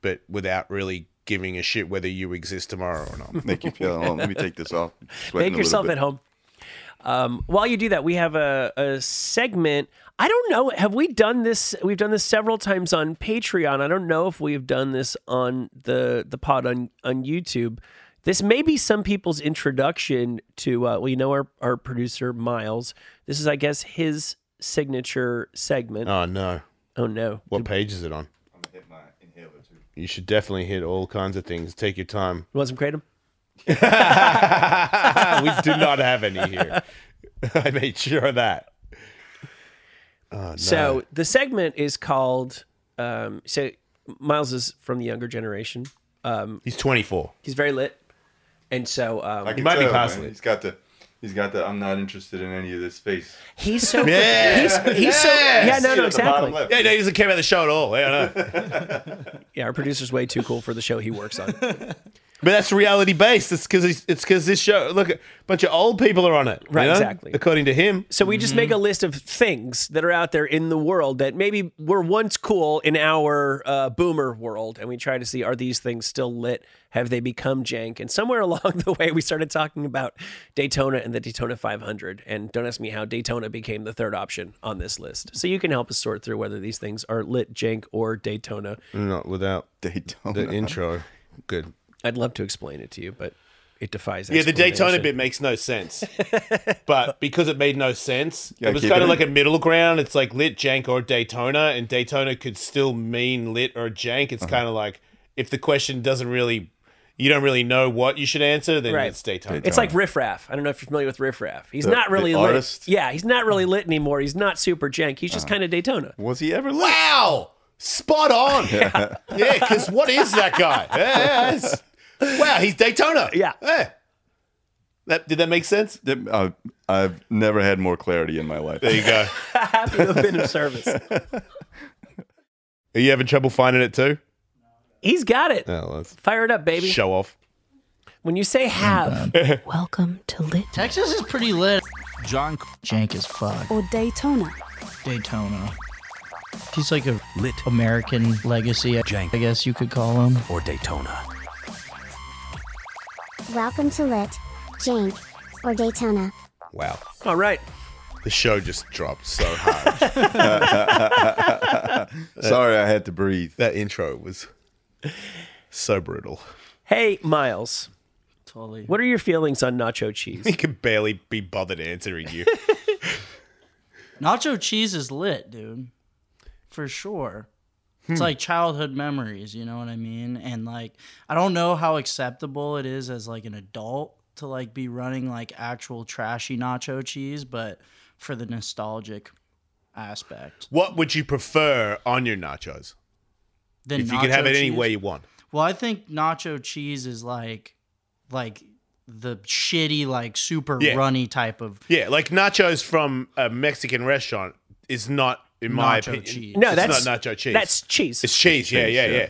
Speaker 4: but without really giving a shit whether you exist tomorrow or *laughs* not.
Speaker 3: Make you feel at home. Let me take this off. Sweating
Speaker 6: Make
Speaker 3: a little
Speaker 6: yourself
Speaker 3: bit.
Speaker 6: at home. Um, while you do that, we have a, a segment. I don't know. Have we done this? We've done this several times on Patreon. I don't know if we've done this on the the pod on on YouTube. This may be some people's introduction to. Uh, well, you know our our producer Miles. This is, I guess, his signature segment.
Speaker 4: Oh no,
Speaker 6: oh no.
Speaker 4: what page is it on? You should definitely hit all kinds of things. Take your *laughs* time.
Speaker 6: You want some kratom?
Speaker 3: Uh,
Speaker 4: Ah, we do not have any here. *laughs* I made sure of that.
Speaker 6: So the segment is called. Um, so Miles is from the younger generation.
Speaker 4: He's 24.
Speaker 6: He's very lit, and so um,
Speaker 3: can
Speaker 4: might be
Speaker 3: tell, man.
Speaker 4: passing it.
Speaker 3: uh, He's got the he's got the I'm not interested in any of this face.
Speaker 6: he's
Speaker 3: *laughs*
Speaker 6: so he's, he's so yeah no no
Speaker 3: At the bottom
Speaker 6: exactly
Speaker 3: left.
Speaker 4: Yeah, no, he doesn't care about the show at all. Yeah, no.
Speaker 6: yeah our producer's way too cool for the show he works on.
Speaker 4: But that's reality based. It's because it's because this show. Look, a bunch of old people are on it. you
Speaker 6: Right,
Speaker 4: know?
Speaker 6: exactly.
Speaker 4: According to him,
Speaker 6: So we just make a list of things that are out there in the world that maybe were once cool in our uh, boomer world, and we try to see are these things still lit? Have they become jank? And somewhere *laughs* along the way, we started talking about Daytona and the Daytona 500. And don't ask me how Daytona became the third option on this list. So you can help us sort through whether these things are lit, jank, or Daytona.
Speaker 4: not without
Speaker 3: Daytona.
Speaker 4: intro. Good.
Speaker 6: I'd love to explain it to you, but it defies.
Speaker 4: Yeah, the Daytona
Speaker 6: explanation.
Speaker 4: bit makes no
Speaker 6: *laughs*
Speaker 4: sense, but because it made no sense,
Speaker 3: Yeah,
Speaker 4: it was
Speaker 3: keep
Speaker 4: kind
Speaker 3: it
Speaker 4: of
Speaker 3: in.
Speaker 4: like a middle ground. It's like lit, jank, or Daytona, and Daytona could still mean lit or jank. It's kind of like if the question doesn't really, you don't really know what you should answer, then
Speaker 6: Right.
Speaker 4: it's Daytona.
Speaker 6: It's like Riff Raff. I don't know if you're familiar with Riff Raff. He's
Speaker 3: The-
Speaker 6: not
Speaker 3: the
Speaker 6: really lit.
Speaker 3: artist?
Speaker 6: Yeah, he's not really lit anymore. He's not super jank. He's just kind of Daytona.
Speaker 3: Was he ever lit?
Speaker 4: Wow, spot on. Yeah, because what is that guy? Yeah, yeah, it's- wow, he's Daytona.
Speaker 6: Yeah.
Speaker 4: That, did that make sense?
Speaker 3: Did- uh, I've never had more clarity in my life.
Speaker 4: There you go.
Speaker 6: Happy to have been of service.
Speaker 4: Are you having trouble finding it too?
Speaker 6: *laughs* He's got it.
Speaker 4: No, let's
Speaker 6: Fire it up, baby.
Speaker 4: show off.
Speaker 6: When you say have,
Speaker 7: Welcome to Lit
Speaker 8: Texas is pretty lit. John Jank is fuck.
Speaker 7: or Daytona.
Speaker 8: Daytona. He's like a lit American legacy, I guess you could call him.
Speaker 9: Welcome to Lit, Jank, or Daytona.
Speaker 4: Wow.
Speaker 6: all right.
Speaker 4: The show just dropped so hard.
Speaker 3: *laughs* Sorry, I had to breathe.
Speaker 4: that intro was so brutal.
Speaker 6: Hey, Miles.
Speaker 8: Totally.
Speaker 6: What are your feelings on nacho cheese?
Speaker 4: *laughs* He could barely be bothered answering *laughs* you.
Speaker 8: Nacho cheese is lit, dude. For sure.
Speaker 4: Hmm.
Speaker 8: It's like childhood memories, you know what I mean? And like I don't know how acceptable it is as like an adult to like be running like actual trashy nacho cheese, but for the nostalgic aspect.
Speaker 4: what would you prefer on your nachos?
Speaker 8: Then
Speaker 4: If you could have
Speaker 8: nacho
Speaker 4: it any
Speaker 8: cheese-
Speaker 4: way you want.
Speaker 8: Well, I think nacho cheese is like like the shitty like super
Speaker 4: Yeah.
Speaker 8: runny type of
Speaker 4: Yeah, like nachos from a Mexican restaurant is not, in my
Speaker 8: nacho
Speaker 4: opinion,
Speaker 8: cheese.
Speaker 6: No,
Speaker 4: it's
Speaker 6: that's
Speaker 4: not nacho cheese.
Speaker 6: That's cheese.
Speaker 4: it's cheese. yeah,
Speaker 3: cheese,
Speaker 4: yeah, yeah,
Speaker 3: yeah.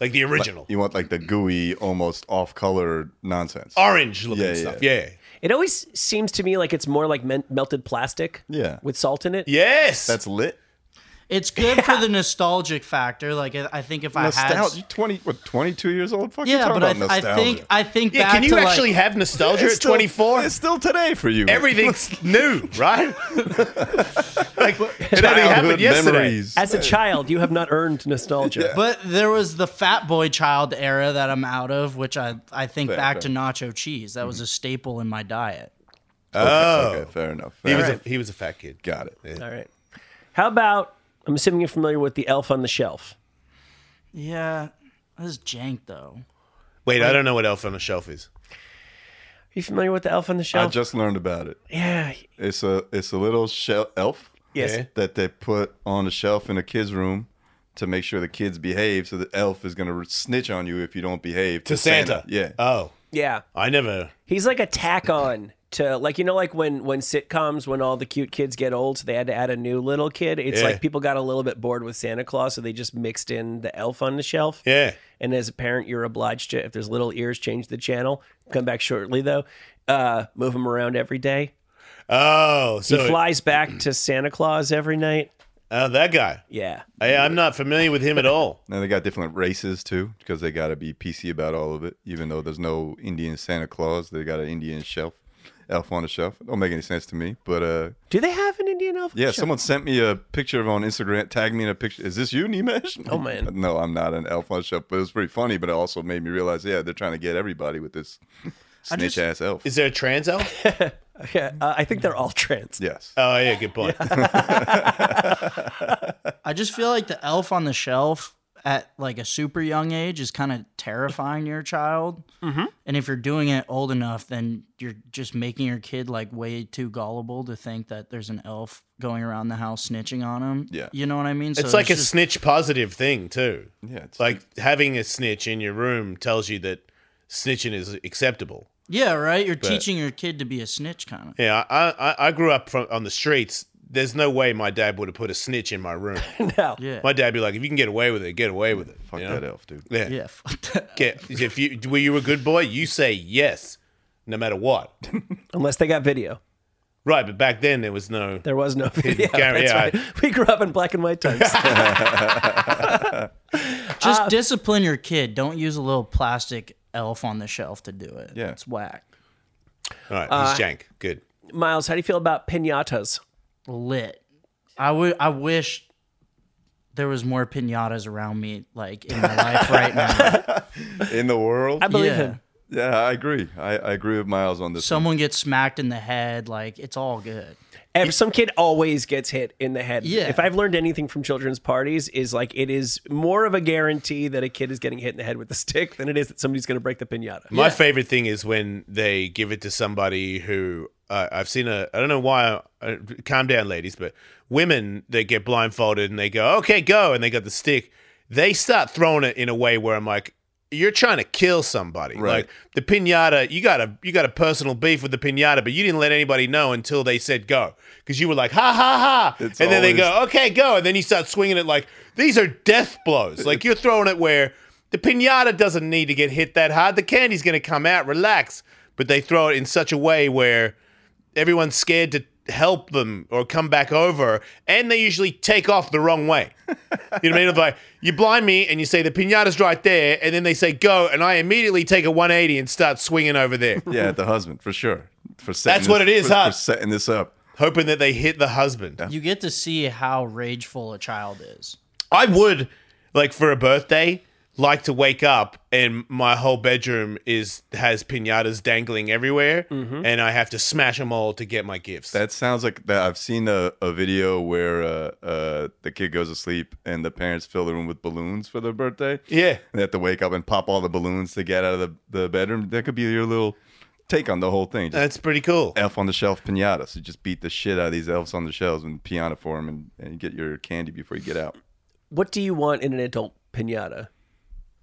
Speaker 4: Like the original
Speaker 3: You want like the gooey, almost off-color nonsense.
Speaker 4: orange looking
Speaker 3: Yeah, yeah.
Speaker 4: stuff. Yeah.
Speaker 6: It always seems to me like it's more like men- melted plastic.
Speaker 3: Yeah.
Speaker 6: With salt in it.
Speaker 4: Yes.
Speaker 3: That's lit.
Speaker 8: It's good for the nostalgic factor. Like I I think if I had,
Speaker 3: Nostalgia. You twenty, what, twenty-two years old? Fuck, you
Speaker 8: yeah,
Speaker 3: talking
Speaker 8: but I,
Speaker 3: about
Speaker 8: I
Speaker 3: nostalgia.
Speaker 8: think I think
Speaker 4: yeah,
Speaker 8: back
Speaker 4: can you
Speaker 8: to
Speaker 4: actually
Speaker 8: like,
Speaker 4: have nostalgia
Speaker 3: It's
Speaker 4: at
Speaker 3: still-
Speaker 4: 24?
Speaker 3: It's still today for you.
Speaker 4: Everything's new,
Speaker 3: *laughs*
Speaker 4: right? like, it only
Speaker 3: Childhood
Speaker 4: happened yesterday.
Speaker 3: memories.
Speaker 6: As a child, you have not earned nostalgia.
Speaker 8: But there was the fat boy child era that I'm out of, which I I think back
Speaker 3: fair.
Speaker 4: Mm-hmm.
Speaker 8: to nacho cheese. That was a staple in my diet.
Speaker 4: Oh.
Speaker 3: Okay, fair enough.
Speaker 4: He
Speaker 3: Fair
Speaker 4: was
Speaker 3: enough.
Speaker 4: a, he was a fat kid.
Speaker 3: Got it.
Speaker 6: All right. How about I'm assuming you're familiar with the Elf on the Shelf.
Speaker 8: Yeah, this is jank though.
Speaker 4: Wait, I don't know what Elf on the Shelf is.
Speaker 6: Are you familiar with the Elf on the
Speaker 3: I
Speaker 6: Shelf?
Speaker 3: just learned about it.
Speaker 6: yeah.
Speaker 3: It's a it's a little shell elf
Speaker 6: Yes.
Speaker 4: Yeah.
Speaker 3: that they put on a shelf in a kid's room to make sure the kids behave. So the elf is gonna snitch on you if you don't behave
Speaker 4: To Santa.
Speaker 3: Yeah.
Speaker 4: Oh,
Speaker 6: Yeah.
Speaker 4: I never.
Speaker 6: He's like a tack on to like you know like when when sitcoms when all the cute kids get old so they had to add a new little kid. It's
Speaker 4: Yeah.
Speaker 6: like people got a little bit bored with Santa Claus so they just mixed in the elf on the shelf.
Speaker 4: Yeah.
Speaker 6: And as a parent, you're obliged to if there's little ears, change the channel. Come back shortly though. Uh, move him around every day.
Speaker 4: Oh,
Speaker 6: He
Speaker 4: so
Speaker 6: flies back to Santa Claus every night.
Speaker 4: oh, that guy.
Speaker 6: Yeah.
Speaker 4: I, I'm not familiar with him at all.
Speaker 3: Now they got different races too, because they gotta be PC about all of it. Even though there's no Indian Santa Claus, they got an Indian shelf elf on the shelf. Don't make any sense to me. But uh
Speaker 6: Do they have an Indian elf? on the
Speaker 3: yeah,
Speaker 6: shelf?
Speaker 3: someone sent me a picture of on Instagram, tagged me in a picture. Is this you, Nimesh?
Speaker 4: *laughs*
Speaker 6: Oh, man.
Speaker 3: No, I'm not an elf on the shelf, but it was pretty funny, but it also made me realize, yeah, they're trying to get everybody
Speaker 4: *laughs*
Speaker 3: with this snitch ass elf.
Speaker 4: Is there a trans elf?
Speaker 6: *laughs* Yeah, uh, I think they're all trans.
Speaker 3: Yes.
Speaker 4: Oh, yeah, good point.
Speaker 8: I just feel like the elf on the shelf at like a super young age is kind of terrifying your child. Mm-hmm. And if you're doing it old enough, then you're just making your kid like way too gullible to think that there's an elf going around the house snitching on him.
Speaker 3: Yeah.
Speaker 8: You know what I mean? So
Speaker 4: It's like a
Speaker 8: just-
Speaker 4: snitch positive thing, too.
Speaker 3: Yeah, it's
Speaker 4: Like having a snitch in your room tells you that snitching is acceptable.
Speaker 8: yeah, right? You're teaching your kid to be a snitch kind of.
Speaker 4: Yeah, I, I, I grew up from, on the streets. There's no way my dad would have put a snitch in my room.
Speaker 6: *laughs* No.
Speaker 8: Yeah.
Speaker 4: my dad be like, if you can get away with it, get away with it.
Speaker 3: fuck
Speaker 4: you know?
Speaker 3: that elf,
Speaker 4: *laughs*
Speaker 3: dude.
Speaker 4: Yeah.
Speaker 8: Yeah, *laughs* fuck
Speaker 4: *laughs*
Speaker 8: that.
Speaker 4: Get, if you were you a good boy, you say yes, no matter what.
Speaker 6: Unless they got video.
Speaker 4: Right, but back then there was no.
Speaker 6: There was
Speaker 4: *laughs*
Speaker 6: no video.
Speaker 4: Yeah,
Speaker 6: That's
Speaker 4: yeah, I-
Speaker 6: right. We grew up in black and white times.
Speaker 4: *laughs*
Speaker 6: *laughs*
Speaker 8: Just
Speaker 4: Uh,
Speaker 8: discipline your kid. Don't use a little plastic elf on the shelf to do it.
Speaker 3: Yeah.
Speaker 8: It's whack.
Speaker 4: All right, he's jank. Good.
Speaker 6: Miles, how do you feel about pinatas?
Speaker 8: lit. I would. I wish there was more pinatas around me, like in my life right *laughs* now.
Speaker 3: In the world?
Speaker 6: I believe
Speaker 8: Yeah.
Speaker 6: him.
Speaker 3: yeah, I agree. I, I agree with Miles on this. one.
Speaker 8: Someone gets smacked in the head, like it's all good.
Speaker 6: Ev- some kid always gets hit in the head.
Speaker 8: Yeah.
Speaker 6: If I've learned anything from children's parties, is like it is more of a guarantee that a kid is getting hit in the head with a stick than it is that somebody's going to break the pinata.
Speaker 4: My favorite thing is when they give it to somebody who uh, I've seen a. I don't know why. Uh, calm down, ladies, but women they get blindfolded and they go, "Okay, go," and they got the stick. They start throwing it in a way where I'm like, "You're trying to kill somebody."
Speaker 3: Right.
Speaker 4: Like the pinata, you got a you got a personal beef with the pinata, but you didn't let anybody know until they said go because you were like, "Ha ha ha,"
Speaker 3: It's
Speaker 4: and then they
Speaker 3: always-
Speaker 4: go, "Okay, go," and then you start swinging it like these are death blows. Like you're throwing it where. The pinata doesn't need to get hit that hard. The candy's going to come out. Relax. But they throw it in such a way where everyone's scared to help them or come back over, and they usually take off the wrong
Speaker 3: *laughs*
Speaker 4: way. You know what I mean? Like you blind me and you say the pinata's right there, and then they say go, and I immediately take a 180 and start swinging over
Speaker 3: *laughs*
Speaker 4: there,
Speaker 3: Yeah, the husband, for sure. For setting
Speaker 4: what
Speaker 3: this-
Speaker 4: it is,
Speaker 3: for,
Speaker 4: huh?
Speaker 3: For setting this up.
Speaker 4: hoping that they hit the husband.
Speaker 8: You get to see how rageful a child is.
Speaker 4: I would like for a birthday like to wake up and my whole bedroom is has pinatas dangling everywhere and I have to smash them all to get my gifts.
Speaker 3: Mm-hmm. That sounds like that. I've seen a, a video where uh, uh, the kid goes to sleep and the parents fill the room with balloons for their birthday.
Speaker 4: yeah.
Speaker 3: And they have to wake up and pop all the balloons to get out of the, the bedroom. That could be your little take on the whole thing. Just
Speaker 4: That's pretty cool.
Speaker 3: elf on the shelf pinata. So just beat the shit out of these elves on the shelves and piano for them and, and get your candy before you get out.
Speaker 6: What do you want in an adult pinata?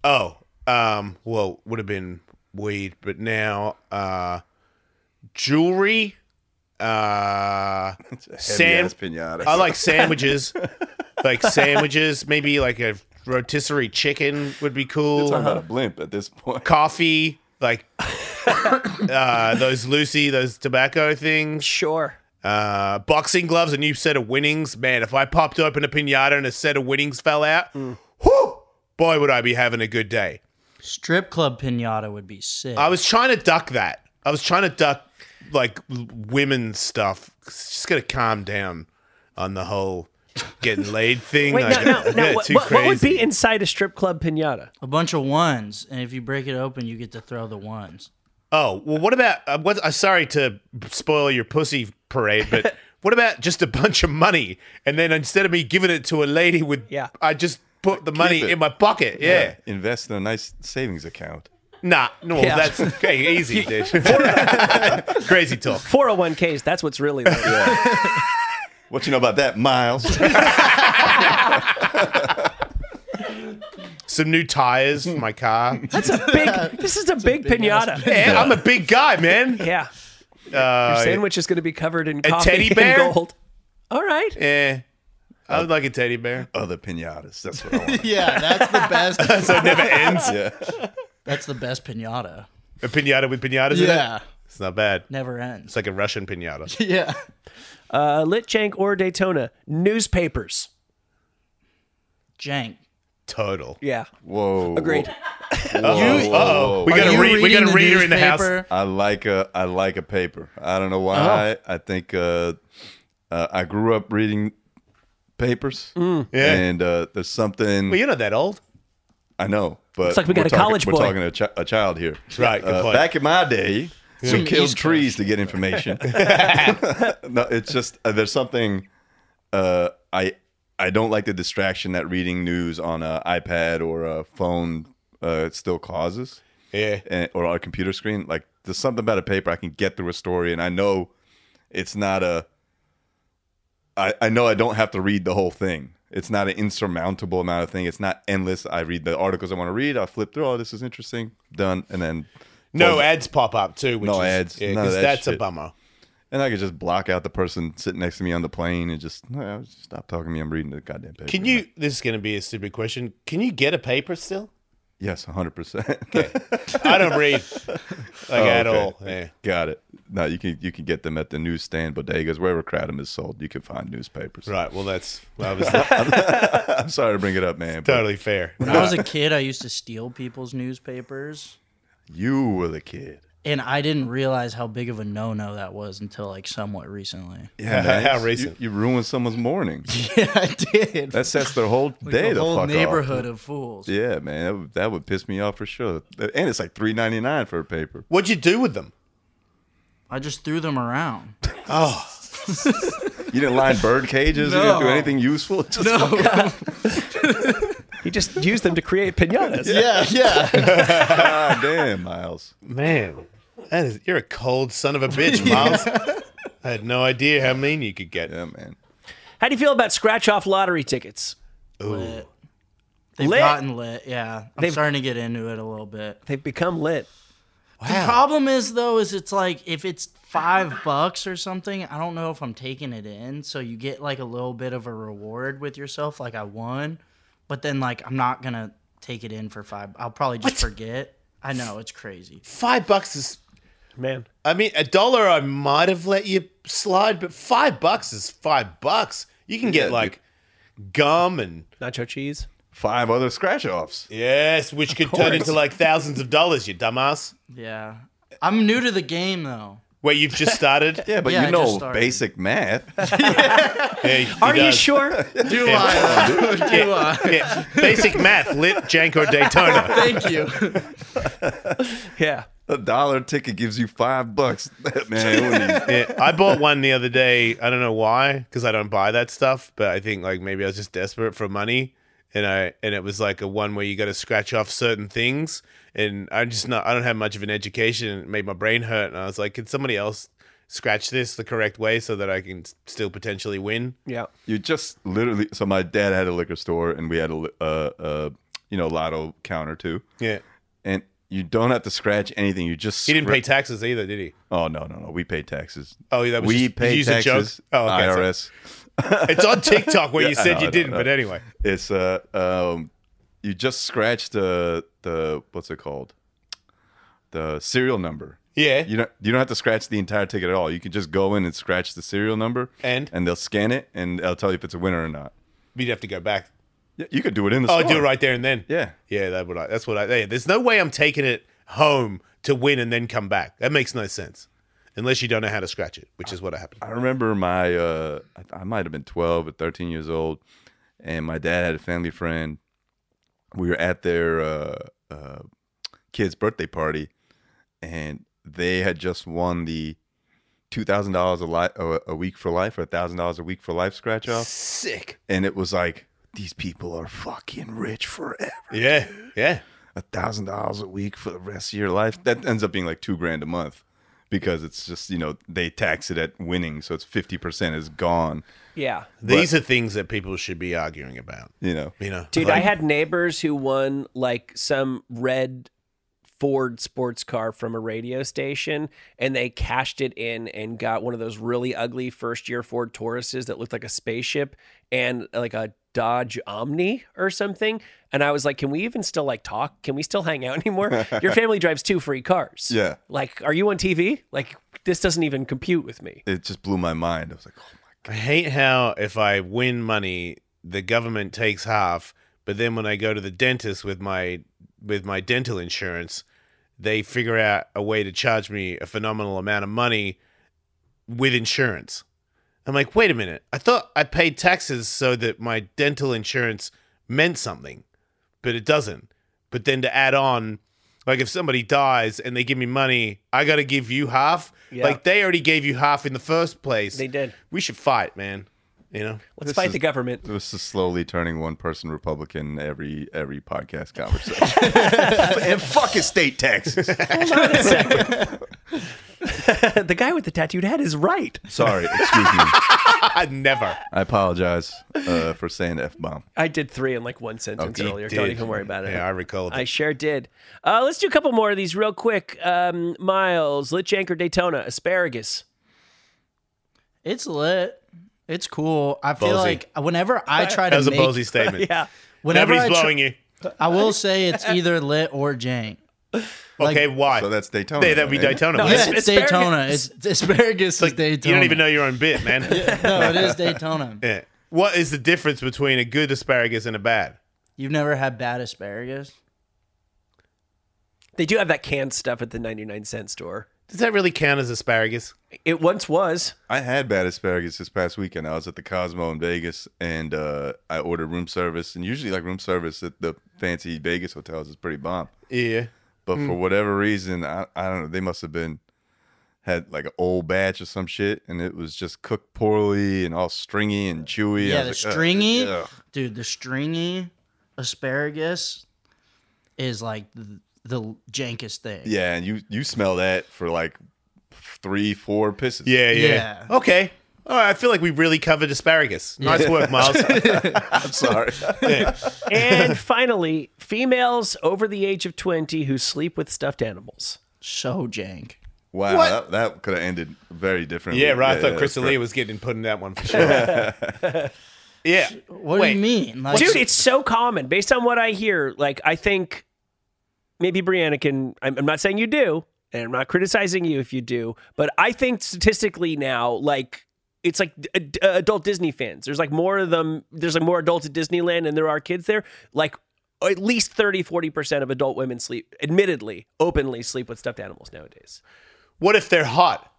Speaker 4: Oh, um, well, would have been weed, but now uh jewelry uh
Speaker 3: Heavy-ass
Speaker 4: sand
Speaker 3: pinata.
Speaker 4: I like
Speaker 3: *laughs*
Speaker 4: sandwiches. like sandwiches, maybe like a rotisserie chicken would be cool.
Speaker 3: talking about a blimp at this point.
Speaker 4: Coffee, like *laughs* uh those Lucy, those tobacco things.
Speaker 6: Sure.
Speaker 4: Uh boxing gloves, a new set of winnings. Man, if I popped open a pinata and a set of winnings fell out, whew, boy would I be having a good day.
Speaker 8: Strip club pinata would be sick.
Speaker 4: I was trying to duck that. I was trying to duck like l- women stuff. Just gotta calm down on the whole getting laid thing.
Speaker 6: Wait,
Speaker 4: Like,
Speaker 6: no,
Speaker 4: *laughs*
Speaker 6: no,
Speaker 4: yeah,
Speaker 6: no. What,
Speaker 4: too
Speaker 6: what- what would
Speaker 4: crazy.
Speaker 6: be inside a strip club pinata?
Speaker 8: a bunch of ones, and if you break it open, you get to throw the ones.
Speaker 4: Oh well, what about? Uh, what? Uh, sorry to spoil your pussy parade,
Speaker 8: *laughs*
Speaker 4: but what about just a bunch of money? And then instead of me giving it to a lady with,
Speaker 6: Yeah.
Speaker 4: I just put the money
Speaker 3: it.
Speaker 4: in my pocket. Yeah,
Speaker 3: *laughs* Invest in a nice savings account.
Speaker 4: nah, no,
Speaker 6: Yeah.
Speaker 4: that's okay,
Speaker 8: *laughs*
Speaker 4: easy, dude. *laughs* Crazy talk.
Speaker 6: 401ks, that's what's really
Speaker 4: *laughs*
Speaker 6: like.
Speaker 3: What you know about that, Miles?
Speaker 4: Some new tires for my car.
Speaker 6: That's a big, this is a big pinata.
Speaker 4: Yeah, I'm a big guy, man.
Speaker 6: Yeah.
Speaker 4: *laughs* Uh,
Speaker 6: Your sandwich is going to be covered in coffee
Speaker 4: teddy
Speaker 6: and
Speaker 4: bear?
Speaker 6: gold. All right.
Speaker 4: Yeah, Eh, I would like a teddy bear.
Speaker 3: Other pinatas. That's what I
Speaker 4: *laughs*
Speaker 3: want.
Speaker 8: Yeah, that's the best.
Speaker 4: So it never ends.
Speaker 3: yeah.
Speaker 8: that's the best pinata.
Speaker 4: A pinata with pinatas in it.
Speaker 8: Yeah,
Speaker 4: It's not bad.
Speaker 8: never
Speaker 4: It's
Speaker 8: ends.
Speaker 4: like a Russian pinata.
Speaker 8: *laughs* Yeah,
Speaker 6: Uh, Litchank or Daytona, newspapers.
Speaker 8: jank.
Speaker 4: Total.
Speaker 6: Yeah.
Speaker 3: Whoa.
Speaker 6: Agreed.
Speaker 3: Whoa, whoa,
Speaker 8: You-
Speaker 3: whoa.
Speaker 4: We got
Speaker 8: Are
Speaker 4: a
Speaker 8: you
Speaker 4: read. We got
Speaker 8: reading
Speaker 4: a
Speaker 8: the
Speaker 4: reader in the house.
Speaker 8: newspaper?
Speaker 3: I like a I like a paper. I don't know why.
Speaker 6: Oh.
Speaker 3: I think uh, uh, I grew up reading papers,
Speaker 6: Mm.
Speaker 4: Yeah.
Speaker 3: and uh, there's something
Speaker 4: Well, you're not that old.
Speaker 3: I know, but
Speaker 6: It's like we got
Speaker 3: we're
Speaker 6: a
Speaker 3: talking-
Speaker 6: college boy.
Speaker 3: We're talking to a, chi- a child here,
Speaker 4: Right, good
Speaker 3: Uh,
Speaker 4: point.
Speaker 3: back in my day, we killed
Speaker 8: East Coast.
Speaker 3: trees to
Speaker 6: *laughs*
Speaker 3: get information. *laughs* no, it's just uh, there's something uh, I I don't like the distraction that reading news on a iPad or a phone uh, still causes
Speaker 4: Yeah.
Speaker 3: and, or on a computer screen. Like there's something about a paper I can get through a story, and I know it's not a. I I know I don't have to read the whole thing. It's not an insurmountable amount of thing. It's not endless. I read the articles I want to read. I flip through. Oh, this is interesting. Done, and then
Speaker 4: No
Speaker 3: Well,
Speaker 4: ads pop up too. Which
Speaker 3: No
Speaker 4: is,
Speaker 3: ads,
Speaker 4: yeah,
Speaker 3: none of
Speaker 4: 'cause
Speaker 3: that
Speaker 4: that's a
Speaker 3: shit.
Speaker 4: bummer.
Speaker 3: and I could just block out the person sitting next to me on the plane and just no, just stop talking to me. I'm reading the goddamn paper.
Speaker 4: Can you? This is going to be a stupid question. Can you get a paper still?
Speaker 3: Yes, 100. percent
Speaker 4: I don't
Speaker 3: *laughs*
Speaker 4: read like at
Speaker 3: Oh, okay.
Speaker 4: all. Yeah.
Speaker 3: *laughs* Got it. No, you can you can get them at the newsstand, bodegas, wherever kratom is sold. You can find newspapers.
Speaker 4: Right. Well, that's well, that was
Speaker 3: *laughs* I'm sorry to bring it up, man. but-
Speaker 4: totally fair.
Speaker 8: When I was a kid, I used to steal people's newspapers,
Speaker 3: You were the kid.
Speaker 8: and I didn't realize how big of a no-no that was until like somewhat recently.
Speaker 3: Yeah,
Speaker 4: How
Speaker 3: you-
Speaker 4: recent.
Speaker 3: You, ruined someone's morning.
Speaker 8: *laughs* Yeah, I did.
Speaker 3: That sets their whole day
Speaker 8: the
Speaker 3: the
Speaker 8: whole
Speaker 3: fuck off.
Speaker 8: neighborhood of fools.
Speaker 3: Yeah, man, that would, that would piss me off for sure. And it's like three ninety nine for a paper.
Speaker 4: What'd you do with them?
Speaker 8: I just threw them around.
Speaker 3: You didn't line bird cages. You didn't do anything useful. *laughs* Just fucking-
Speaker 6: You just use them to create pinatas.
Speaker 8: Yeah, yeah.
Speaker 3: God *laughs* damn, Miles.
Speaker 4: Man, that is, you're a cold son of a
Speaker 3: *laughs*
Speaker 4: bitch, Miles. I had no idea how mean you could get.
Speaker 3: Yeah, man.
Speaker 6: How do you feel about scratch off lottery tickets?
Speaker 8: lit. They've
Speaker 6: Lit.
Speaker 8: gotten lit. Yeah, I'm
Speaker 6: They've-
Speaker 8: starting to get into it a little bit.
Speaker 6: They've become lit.
Speaker 8: The problem is though, is it's like if it's five bucks or something, I don't know if I'm taking it in. So you get like a little bit of a reward with yourself, like I won, but then like I'm not gonna take it in for five. I'll probably just forget. I know
Speaker 3: *laughs*
Speaker 8: it's crazy.
Speaker 4: Five bucks is.
Speaker 6: Man.
Speaker 4: I mean, a dollar I might have let you slide, but five bucks is five bucks. You can
Speaker 3: Yeah,
Speaker 4: get
Speaker 3: dude.
Speaker 4: like gum and
Speaker 6: Nacho cheese.
Speaker 3: Five other scratch offs.
Speaker 4: yes, which could turn into like thousands of dollars. You dumbass.
Speaker 8: Yeah, I'm new to the game though.
Speaker 4: Where you've just started.
Speaker 3: Yeah, but
Speaker 8: Yeah, I
Speaker 3: you
Speaker 8: just
Speaker 3: know
Speaker 8: started.
Speaker 3: basic math. *laughs*
Speaker 4: Yeah, he
Speaker 6: Are you
Speaker 4: does. *laughs*
Speaker 6: sure? *laughs*
Speaker 8: Do I? though? Do I?
Speaker 4: Yeah. Basic math, lit, jank, or
Speaker 8: *laughs*
Speaker 4: Daytona.
Speaker 8: Thank you.
Speaker 6: yeah.
Speaker 3: a dollar ticket gives you five bucks. *laughs* man, what do you-
Speaker 4: Yeah, I bought one the other day. I don't know why, because I don't buy that stuff. But I think like maybe I was just desperate for money, and I and it was like a one where you got to scratch off certain things, and I'm just not. I don't have much of an education. and It made my brain hurt, and I was like, can somebody else scratch this the correct way so that I can s- still potentially win?
Speaker 6: Yeah.
Speaker 3: *laughs* You just literally. So my dad had a liquor store, and we had a li- uh, uh, you know lotto counter too.
Speaker 4: Yeah.
Speaker 3: and you don't have to scratch anything. You just
Speaker 4: He didn't pay
Speaker 3: scratch-
Speaker 4: taxes either, did he?
Speaker 3: oh no no no, we pay taxes.
Speaker 4: Oh, that was
Speaker 3: we
Speaker 4: just-
Speaker 3: pay
Speaker 4: you used a joke?
Speaker 3: taxes.
Speaker 4: Oh, okay, sorry.
Speaker 3: IRS.
Speaker 4: It's on TikTok where you
Speaker 3: *laughs* Yeah, I
Speaker 4: said
Speaker 3: know, I
Speaker 4: you
Speaker 3: know,
Speaker 4: didn't,
Speaker 3: I know.
Speaker 4: but anyway.
Speaker 3: It's uh um, you just scratch the the what's it called, the serial number.
Speaker 4: Yeah.
Speaker 3: You don't you don't have to scratch the entire ticket at all. You can just go in and scratch the serial number,
Speaker 4: And?
Speaker 3: and they'll scan it and they'll tell you if it's a winner or not.
Speaker 4: You'd have to go back.
Speaker 3: Yeah, you could do it in the
Speaker 4: Oh,
Speaker 3: store.
Speaker 4: do it right there and then.
Speaker 3: Yeah.
Speaker 4: Yeah, that would I, that's what I. Yeah, there's no way I'm taking it home to win and then come back. That makes no sense, unless you don't know how to scratch it, which is what happened.
Speaker 3: I remember my uh I- I might have been 12 or 13 years old and my dad had a family friend. We were at their uh uh kid's birthday party and they had just won the two thousand dollars a li- a a week for life or a thousand dollars a week for life scratch off. Sick. And it was like these people are fucking rich forever.
Speaker 4: Yeah, yeah.
Speaker 3: A thousand dollars a week for the rest of your life. That ends up being like two grand a month because it's just you know they tax it at winning, so it's fifty percent is gone.
Speaker 6: Yeah.
Speaker 4: These are things that people should be arguing about.
Speaker 3: You know.
Speaker 4: You know,
Speaker 6: Dude,
Speaker 4: Like,
Speaker 6: I had neighbors who won like some red Ford sports car from a radio station and they cashed it in and got one of those really ugly first year Ford Tauruses that looked like a spaceship and like a Dodge Omni or something. And I was like, can we even still like talk? Can we still hang out *laughs* anymore?
Speaker 4: *laughs*
Speaker 6: Your family drives two free cars.
Speaker 3: Yeah.
Speaker 6: Like, are you on TV? Like, this doesn't even compute with me.
Speaker 3: It just blew my mind. I was like, oh my
Speaker 4: I hate how if I win money, the government takes half, but then when I go to the dentist with my with my dental insurance, they figure out a way to charge me a phenomenal amount of money with insurance. I'm like, wait a minute. I thought I paid taxes so that my dental insurance meant something, but it doesn't. But then to add on, like if somebody dies and they give me money, I got to give you half. Like they already gave you half in the first place.
Speaker 6: They did.
Speaker 4: We should fight, man. You know? *laughs*
Speaker 6: Let's fight
Speaker 3: is-
Speaker 6: the government. *laughs*
Speaker 3: This is slowly turning one person Republican every every podcast conversation. *laughs* and fuck estate taxes.
Speaker 6: the guy with the tattooed head is right.
Speaker 3: Sorry, excuse me.
Speaker 4: I never.
Speaker 3: I apologize uh, for saying f bomb.
Speaker 6: I did three in like one sentence
Speaker 3: Okay,
Speaker 6: earlier.
Speaker 4: Oh, did.
Speaker 6: Don't even worry about it.
Speaker 4: Yeah, I recall
Speaker 6: I
Speaker 4: that.
Speaker 6: sure did. Uh, let's do a couple more of these real quick. Um, Miles, Lich Anchor Daytona, asparagus.
Speaker 8: It's lit. It's cool. I feel
Speaker 4: Ballsy.
Speaker 8: like whenever I try
Speaker 4: That was
Speaker 8: to
Speaker 4: a
Speaker 8: make,
Speaker 4: ballsy statement.
Speaker 6: *laughs* Yeah.
Speaker 8: whenever
Speaker 4: Nobody's
Speaker 8: I, tr-
Speaker 4: blowing you.
Speaker 8: I will say it's either lit or jank.
Speaker 4: Okay, why?
Speaker 3: So that's Daytona.
Speaker 4: Hey, that'd be
Speaker 3: then, eh?
Speaker 4: Daytona.
Speaker 6: No,
Speaker 4: man.
Speaker 8: Yeah,
Speaker 6: it's
Speaker 8: it's
Speaker 6: asparagus.
Speaker 8: Daytona. It's asparagus is Daytona.
Speaker 4: You don't
Speaker 8: *laughs*
Speaker 4: even know your own bit,
Speaker 6: *laughs*
Speaker 4: man.
Speaker 8: No, it is Daytona.
Speaker 4: Yeah. What is the difference between a good asparagus and a bad?
Speaker 8: You've never had bad asparagus?
Speaker 6: They do have that canned stuff at the 99 cent store.
Speaker 4: Does that really count as asparagus?
Speaker 6: It once was.
Speaker 3: I had bad asparagus this past weekend. I was at the Cosmo in Vegas and uh, I ordered room service. And usually, like room service at the fancy Vegas hotels is pretty bomb.
Speaker 4: Yeah.
Speaker 3: But
Speaker 4: Hmm.
Speaker 3: for whatever reason, I, I don't know. They must have been had like an old batch or some shit, and it was just cooked poorly and all stringy and chewy.
Speaker 8: Yeah,
Speaker 3: I
Speaker 8: the
Speaker 3: was like, uh, "Ugh,
Speaker 8: stringy,
Speaker 3: ugh."
Speaker 8: dude. The stringy asparagus is like the, the jankest thing.
Speaker 3: Yeah, and you you smell that for like three, four pisses.
Speaker 4: Yeah, yeah.
Speaker 8: Yeah.
Speaker 4: Okay. All right. I feel like we really covered asparagus. Nice work,
Speaker 6: *laughs*
Speaker 4: Miles.
Speaker 3: I'm *laughs* sorry.
Speaker 6: And finally, females over the age of 20 who sleep with stuffed animals.
Speaker 8: so jank.
Speaker 3: *laughs* wow, that, that could have ended very differently.
Speaker 4: yeah, right. I thought
Speaker 3: that's
Speaker 4: Crystal
Speaker 3: correct.
Speaker 4: Lee was getting put in that one
Speaker 6: *laughs*
Speaker 4: for sure. yeah.
Speaker 8: What do you mean, like,
Speaker 6: Dude, it's so common. Based on what I hear, like, I think maybe Brianna can. I'm, I'm not saying you do, and I'm not criticizing you if you do, but I think statistically now, like, it's like d- ad- adult Disney fans. There's like more of them. There's like more adults at Disneyland than there are kids there. Like, at least 30, 40% of adult women sleep, admittedly, openly sleep with stuffed animals nowadays.
Speaker 4: What if they're hot?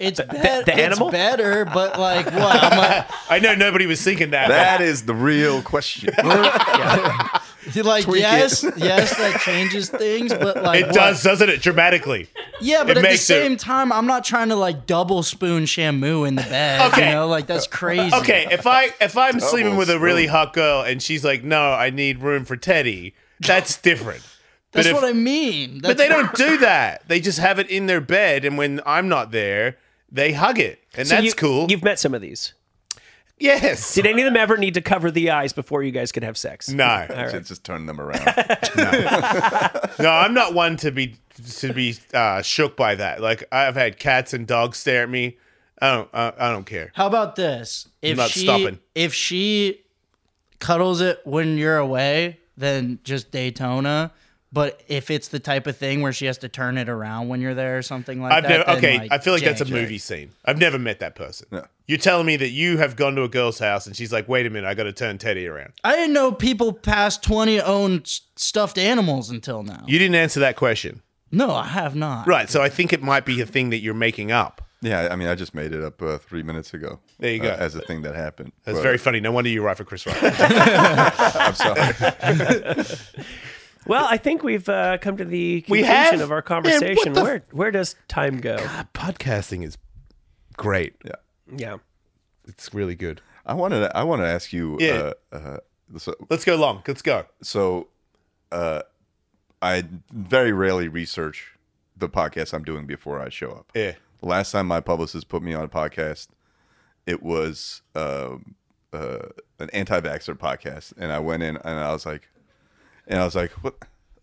Speaker 8: it's bet-
Speaker 6: the
Speaker 8: it's
Speaker 6: animal?
Speaker 8: better, but like what? I'm like,
Speaker 4: I know nobody was thinking that. *laughs*
Speaker 3: *laughs* That is the real question.
Speaker 8: you're like, yes,
Speaker 4: *laughs*
Speaker 8: yes, that changes things, but like
Speaker 4: it
Speaker 8: what?
Speaker 4: does, doesn't it? Dramatically.
Speaker 8: Yeah, but
Speaker 4: It
Speaker 8: at the
Speaker 4: makes it-
Speaker 8: same time, I'm not trying to like double spoon shamu in the bed.
Speaker 4: Okay.
Speaker 8: You know, like that's crazy.
Speaker 4: Okay, if I if I'm sleeping with a really
Speaker 3: spoon.
Speaker 4: hot girl and she's like, "No, I need room for Teddy," that's different. But
Speaker 8: That's
Speaker 4: if-
Speaker 8: what I mean. That's
Speaker 4: But they don't do that. They just have it in their bed, and when I'm not there, they hug it, and
Speaker 6: So
Speaker 4: that's
Speaker 6: you-
Speaker 4: cool.
Speaker 6: You've met some of these.
Speaker 4: Yes.
Speaker 6: Did any of them ever need to cover the eyes before you guys could have sex?
Speaker 4: no,
Speaker 3: Should *laughs* just turn
Speaker 4: *laughs*
Speaker 3: them around.
Speaker 4: no, I'm not one to be to be uh, shook by that. Like I've had cats and dogs stare at me. I don't. I, I don't care.
Speaker 8: How about this? If
Speaker 4: not
Speaker 8: she
Speaker 4: stopping.
Speaker 8: if she cuddles it when you're away, then just Daytona. But if it's the type of thing where she has to turn it around when you're there or something like
Speaker 4: I've
Speaker 8: that,
Speaker 4: never.
Speaker 8: then,
Speaker 4: Okay, I feel like that's a
Speaker 8: jank.
Speaker 4: movie scene. I've never met that person.
Speaker 3: No.
Speaker 4: You're telling me that you have gone to a girl's house and she's like, "Wait a minute, I got to turn Teddy around."
Speaker 8: I didn't know people past twenty owned s- stuffed animals until now.
Speaker 4: You didn't answer that question.
Speaker 8: no, I have not.
Speaker 4: Right. So I think it might be a thing that you're making up.
Speaker 3: Yeah, I mean, I just made it up uh, three minutes ago.
Speaker 4: There you
Speaker 3: uh,
Speaker 4: go.
Speaker 3: as a thing that happened.
Speaker 4: That's *laughs*
Speaker 3: But *laughs*
Speaker 4: very funny. No wonder you write for Chris Rock.
Speaker 3: I'm sorry.
Speaker 6: Well, I think we've uh, come to the
Speaker 1: We
Speaker 6: conclusion
Speaker 1: have?
Speaker 6: of our
Speaker 1: Man, what
Speaker 6: conversation.
Speaker 1: the f-
Speaker 6: where where does time go?
Speaker 4: Podcasting is great.
Speaker 6: Yeah.
Speaker 4: It's really good.
Speaker 3: I wanted to, I want to ask you.
Speaker 4: Yeah.
Speaker 3: Uh, uh, so,
Speaker 4: Let's go long. Let's go.
Speaker 3: so uh, I very rarely research the podcast I'm doing before I show up.
Speaker 4: Yeah.
Speaker 3: The last time my publicist put me on a podcast, it was um uh, an anti-vaxxer podcast, and I went in and I was like, and I was like, what?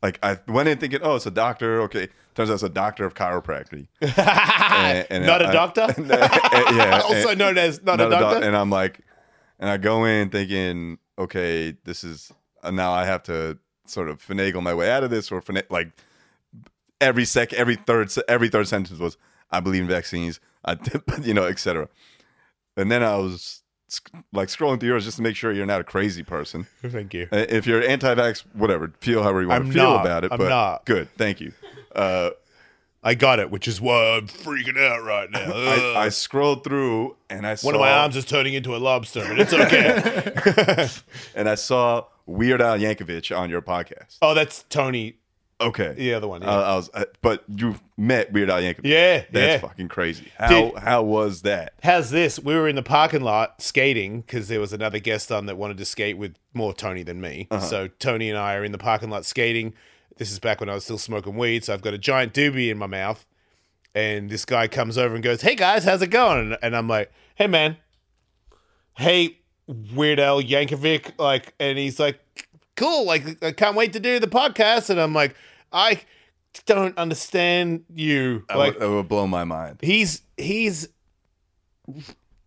Speaker 3: Like I went in thinking, oh, it's a doctor. Okay, turns out it's a doctor of chiropractic. And- *laughs*
Speaker 4: *laughs*
Speaker 3: and
Speaker 4: not
Speaker 3: I-
Speaker 4: a doctor.
Speaker 3: yeah.
Speaker 4: *laughs* also
Speaker 3: and-
Speaker 4: known as not, a
Speaker 3: doc-
Speaker 4: doctor.
Speaker 3: and I'm like, and I go in thinking, okay, this is uh, now I have to sort of finagle my way out of this, or fina- like every sec, every third, se- every third sentence was, I believe in vaccines, I, *laughs* you know, etc. And then I was sc- like scrolling through yours just to make sure you're not a crazy person.
Speaker 4: Thank you.
Speaker 3: Uh, If you're anti-vax, whatever, feel however you want
Speaker 4: I'm
Speaker 3: to feel
Speaker 4: not.
Speaker 3: about it.
Speaker 4: I'm
Speaker 3: but
Speaker 4: not.
Speaker 3: good, thank you. Uh,
Speaker 4: I got it, which is why I'm freaking out right now.
Speaker 3: I, I
Speaker 4: Ugh.
Speaker 3: scrolled through and I saw
Speaker 4: One of my arms is turning into a lobster, but it's
Speaker 3: *laughs*
Speaker 4: okay.
Speaker 3: and I saw Weird Al Yankovic on your podcast.
Speaker 4: oh, that's Tony,
Speaker 3: Okay,
Speaker 4: the other one. Yeah,
Speaker 3: I, I was, I, but you met Weird Al Yankovic.
Speaker 4: yeah. yeah.
Speaker 3: that's fucking crazy. How
Speaker 4: Did-
Speaker 3: how was that?
Speaker 4: How's this? We were in the parking lot skating because there was another guest on that wanted to skate with more Tony than me. So Tony and I are in the parking lot skating. This is back when I was still smoking weed, so I've got a giant doobie in my mouth. And this guy comes over and goes, "Hey guys, how's it going?" And I'm like, "Hey man, hey Weird Al Yankovic." Like, and he's like, "Cool, like I can't wait to do the podcast." And I'm like, "I don't understand you."
Speaker 3: I
Speaker 4: Like,
Speaker 3: would, it would blow my mind.
Speaker 4: he's he's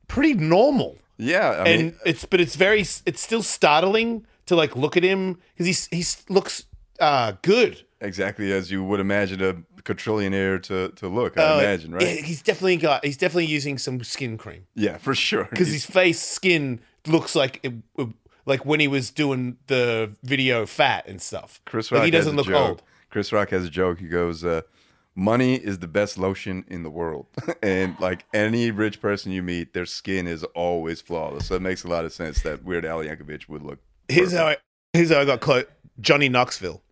Speaker 4: pretty normal
Speaker 3: Yeah, I
Speaker 4: and
Speaker 3: mean,
Speaker 4: it's but it's very it's still startling to like look at him because he looks uh good
Speaker 3: exactly as you would imagine a quadrillionaire to to look. I
Speaker 4: Uh,
Speaker 3: imagine, right?
Speaker 4: yeah, he's definitely got he's definitely using some skin cream
Speaker 3: yeah, for sure.
Speaker 4: because his face skin looks like it, it- like when he was doing the video fat and stuff
Speaker 3: Chris Rock
Speaker 4: like he
Speaker 3: has
Speaker 4: doesn't
Speaker 3: a
Speaker 4: look
Speaker 3: joke.
Speaker 4: old
Speaker 3: Chris Rock has a joke. He goes, uh, "Money is the best lotion in the world," *laughs* and like any rich person you meet, their skin is always flawless. So it makes a lot of sense that Weird Al Yankovic would look.
Speaker 4: Here's
Speaker 3: perfect.
Speaker 4: how I here's how I got close. Johnny Knoxville,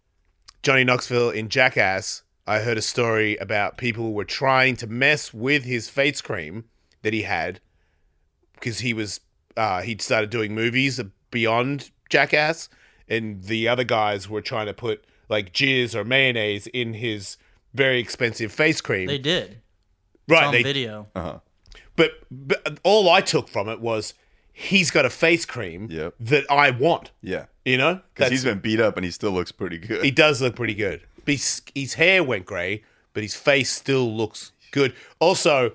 Speaker 4: Johnny Knoxville in Jackass. I heard a story about people were trying to mess with his face cream that he had because he was uh, he'd started doing movies beyond Jackass, and the other guys were trying to put like jizz or mayonnaise in his very expensive face cream.
Speaker 8: They did. It's
Speaker 4: right,
Speaker 8: on
Speaker 4: they
Speaker 8: video.
Speaker 4: but, but all I took from it was he's got a face cream
Speaker 3: Yep.
Speaker 4: that I want.
Speaker 3: yeah,
Speaker 4: You know,
Speaker 3: because
Speaker 4: That's-
Speaker 3: he's been beat up and he still looks pretty good.
Speaker 4: He does look pretty good. But His, his hair went grey, but his face still looks good. Also,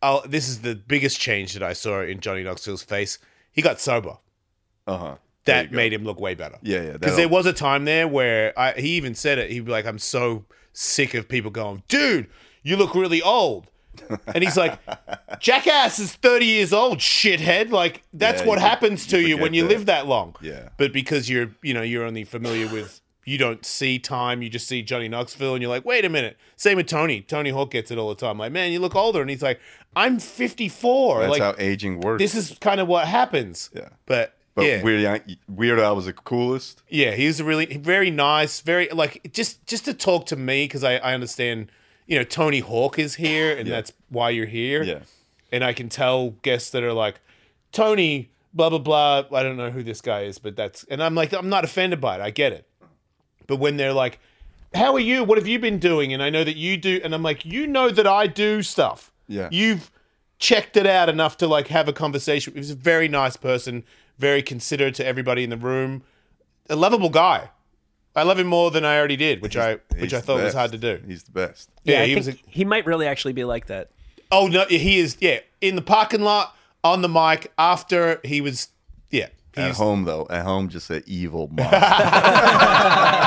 Speaker 4: i this is the biggest change that I saw in Johnny Knoxville's face. He got sober.
Speaker 3: uh huh.
Speaker 4: That made him look way better.
Speaker 3: Yeah, yeah.
Speaker 4: Because
Speaker 3: that'll-
Speaker 4: there was a time there where I, he even said it. He'd be like, I'm so sick of people going, dude, you look really old. And he's
Speaker 3: *laughs*
Speaker 4: like, Jackass is 30 years old, shithead. Like, that's
Speaker 3: Yeah,
Speaker 4: what
Speaker 3: you-
Speaker 4: happens to
Speaker 3: you
Speaker 4: you, when
Speaker 3: forget
Speaker 4: you
Speaker 3: that.
Speaker 4: live that long.
Speaker 3: Yeah.
Speaker 4: But because you're, you know, you're only familiar with, you don't see time, you just see Johnny Knoxville, and you're like, wait a minute. Same with Tony. Tony Hawk gets it all the time. Like, man, you look older. And he's like, I'm 54.
Speaker 3: That's
Speaker 4: like,
Speaker 3: how aging works.
Speaker 4: this is kind of what happens.
Speaker 3: Yeah.
Speaker 4: But,
Speaker 3: but
Speaker 4: yeah.
Speaker 3: Weird Yan- Weird Al was the coolest.
Speaker 4: Yeah, he was really very nice, very like just just to talk to me because I I understand you know Tony Hawk is here and that's why you're here.
Speaker 3: Yeah.
Speaker 4: and I can tell guests that are like Tony blah blah blah. I don't know who this guy is, but that's and I'm like I'm not offended by it. I get it. But when they're like, "How are you? What have you been doing?" and I know that you do, and I'm like, you know that I do stuff.
Speaker 3: Yeah.
Speaker 4: you've checked it out enough to like have a conversation. He was a very nice person, very considerate to everybody in the room a lovable guy. I love him more than I already did, which I which
Speaker 3: He's
Speaker 4: I
Speaker 3: the
Speaker 4: thought was
Speaker 3: best.
Speaker 4: hard to do.
Speaker 3: He's the best.
Speaker 4: Yeah,
Speaker 6: I
Speaker 4: he was. A,
Speaker 6: think he might really actually be like that.
Speaker 4: oh no, he is. Yeah, in the parking lot, on the mic, after he was. Yeah,
Speaker 3: At
Speaker 4: he's.
Speaker 3: home though, at home, just an
Speaker 4: *laughs*
Speaker 3: evil monster. *laughs*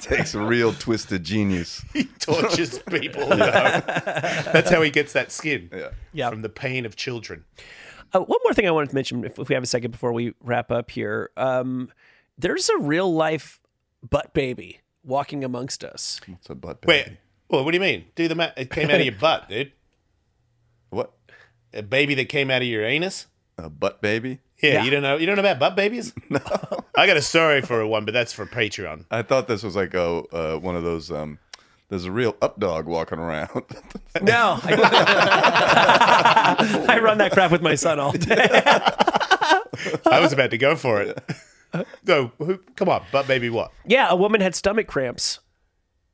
Speaker 3: Takes a real twisted genius.
Speaker 4: He tortures people. you know? *laughs* That's how he gets that skin. Yeah.
Speaker 6: Yeah.
Speaker 4: From the pain of children.
Speaker 6: Uh, one more thing I wanted to mention, if, if we have a second before we wrap up here, um, there's a real life butt baby walking amongst us.
Speaker 3: It's a butt.
Speaker 4: Wait.
Speaker 3: baby.
Speaker 4: Well, what do you mean? Do the math. It came out of your butt, dude.
Speaker 3: what?
Speaker 4: A baby that came out of your anus.
Speaker 3: A butt baby?
Speaker 4: Yeah, you don't know you don't know about butt babies? No. I got a story for one, but that's for Patreon.
Speaker 3: I thought this was like a uh, one of those. Um, there's a real up dog walking around. *laughs*
Speaker 6: No, I, *laughs* I *laughs* run that crap with my son all day.
Speaker 4: I was about to go for it. Go, who, come on, butt baby, what?
Speaker 6: Yeah, a woman had stomach cramps,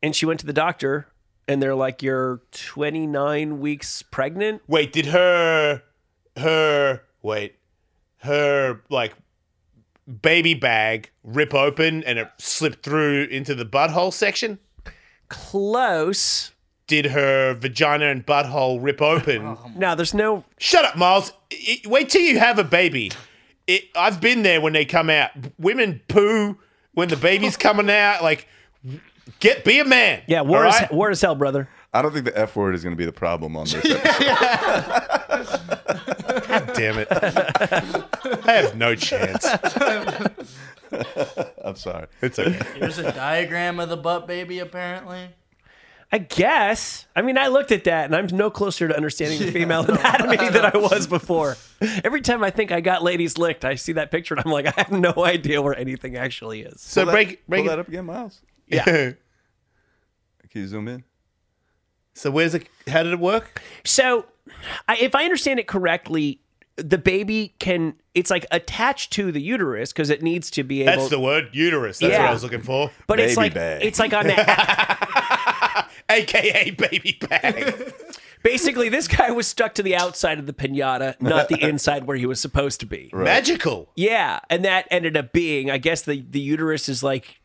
Speaker 6: and she went to the doctor, and they're like, "You're 29 weeks pregnant."
Speaker 4: Wait, did her her wait her like baby bag rip open and it slipped through into the butthole section?
Speaker 6: Close.
Speaker 4: Did her vagina and butthole rip
Speaker 3: *laughs*
Speaker 4: open?
Speaker 3: Um,
Speaker 6: No, there's no.
Speaker 4: Shut up, Miles. I- I- wait till you have a baby. It, I've been there when they come out. Women poo when the
Speaker 3: *laughs*
Speaker 4: baby's coming out. Like, get be a man.
Speaker 6: Yeah, war,
Speaker 4: all
Speaker 6: is,
Speaker 4: right?
Speaker 6: war is hell, brother.
Speaker 3: I don't think the F word is going to be the problem on this.
Speaker 4: *laughs* Damn it. *laughs* I have no chance.
Speaker 3: I'm sorry.
Speaker 4: It's okay.
Speaker 8: There's a diagram of the butt baby, apparently.
Speaker 6: I guess. I mean, I looked at that, and I'm no closer to understanding
Speaker 4: *laughs*
Speaker 6: the female anatomy than I was before. Every time I think I got ladies licked, I see that picture, and I'm like, *laughs* I have no idea where anything actually is.
Speaker 4: So
Speaker 3: Pull that-
Speaker 4: break break
Speaker 3: pull
Speaker 4: it.
Speaker 3: that up again, Miles.
Speaker 4: Yeah.
Speaker 3: Can you zoom in?
Speaker 4: so where's it? How did it work?
Speaker 6: So, I, if I understand it correctly, the baby can. It's like attached to the uterus because it needs to be able.
Speaker 4: That's the word uterus. That's what
Speaker 6: Yeah.
Speaker 4: I was looking for. *laughs*
Speaker 6: but it's
Speaker 3: baby
Speaker 6: like
Speaker 3: bag.
Speaker 6: it's like on that.
Speaker 4: AKA baby bag.
Speaker 6: basically, this guy was stuck to the outside of the
Speaker 4: *laughs*
Speaker 6: pinata, not the inside where he was supposed to be.
Speaker 4: Magical.
Speaker 6: Yeah, and that ended up being, I guess the the uterus is like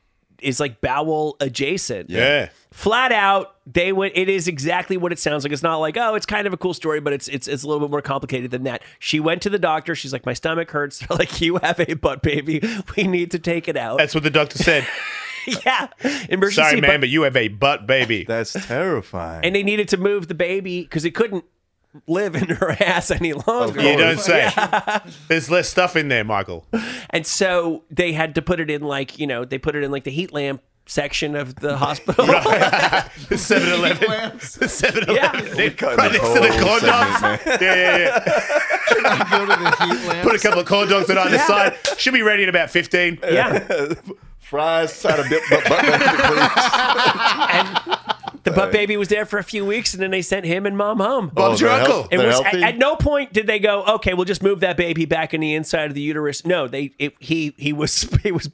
Speaker 6: is like bowel adjacent.
Speaker 4: Yeah.
Speaker 6: Flat out, they went. It is exactly what it sounds like. It's not like oh, it's kind of a cool story, but it's it's it's a little bit more complicated than that. She went to the doctor. She's like, my stomach hurts. *laughs* They're like, you have a butt baby. *laughs* We need to take it out.
Speaker 4: That's what the doctor said.
Speaker 6: *laughs* yeah, emergency.
Speaker 4: Sorry, man,
Speaker 6: butt-
Speaker 4: but you have a butt baby.
Speaker 3: That's terrifying.
Speaker 6: and they needed to move the baby because it couldn't live in her *laughs* ass any longer.
Speaker 4: You don't say. *laughs* There's less stuff in there, Michael.
Speaker 6: And so they had to put it in like, you know, they put it in like the heat lamp section
Speaker 4: *laughs*
Speaker 6: of the hospital. *laughs*
Speaker 4: 7 Eleven.
Speaker 8: Lamps.
Speaker 4: 7
Speaker 6: Yeah.
Speaker 4: Eleven.
Speaker 3: Cut
Speaker 4: Right next to the
Speaker 3: whole
Speaker 4: condoms.
Speaker 3: segment, man.
Speaker 4: *laughs* Yeah, yeah, yeah.
Speaker 8: Go to *laughs* the heat lamps.
Speaker 4: Put a couple of corn dogs on either side. Should be ready in about 15.
Speaker 6: yeah.
Speaker 3: Fries, side of dip, but, but, *laughs* please. *laughs*
Speaker 6: The butt baby was there for a few weeks and then they sent him and mom home.
Speaker 4: Bob's your uncle.
Speaker 6: It
Speaker 3: They're
Speaker 6: was at,
Speaker 3: healthy?
Speaker 6: at no point did they go, okay, we'll just move that baby back in the inside of the uterus. No, they it, he he was *laughs* he was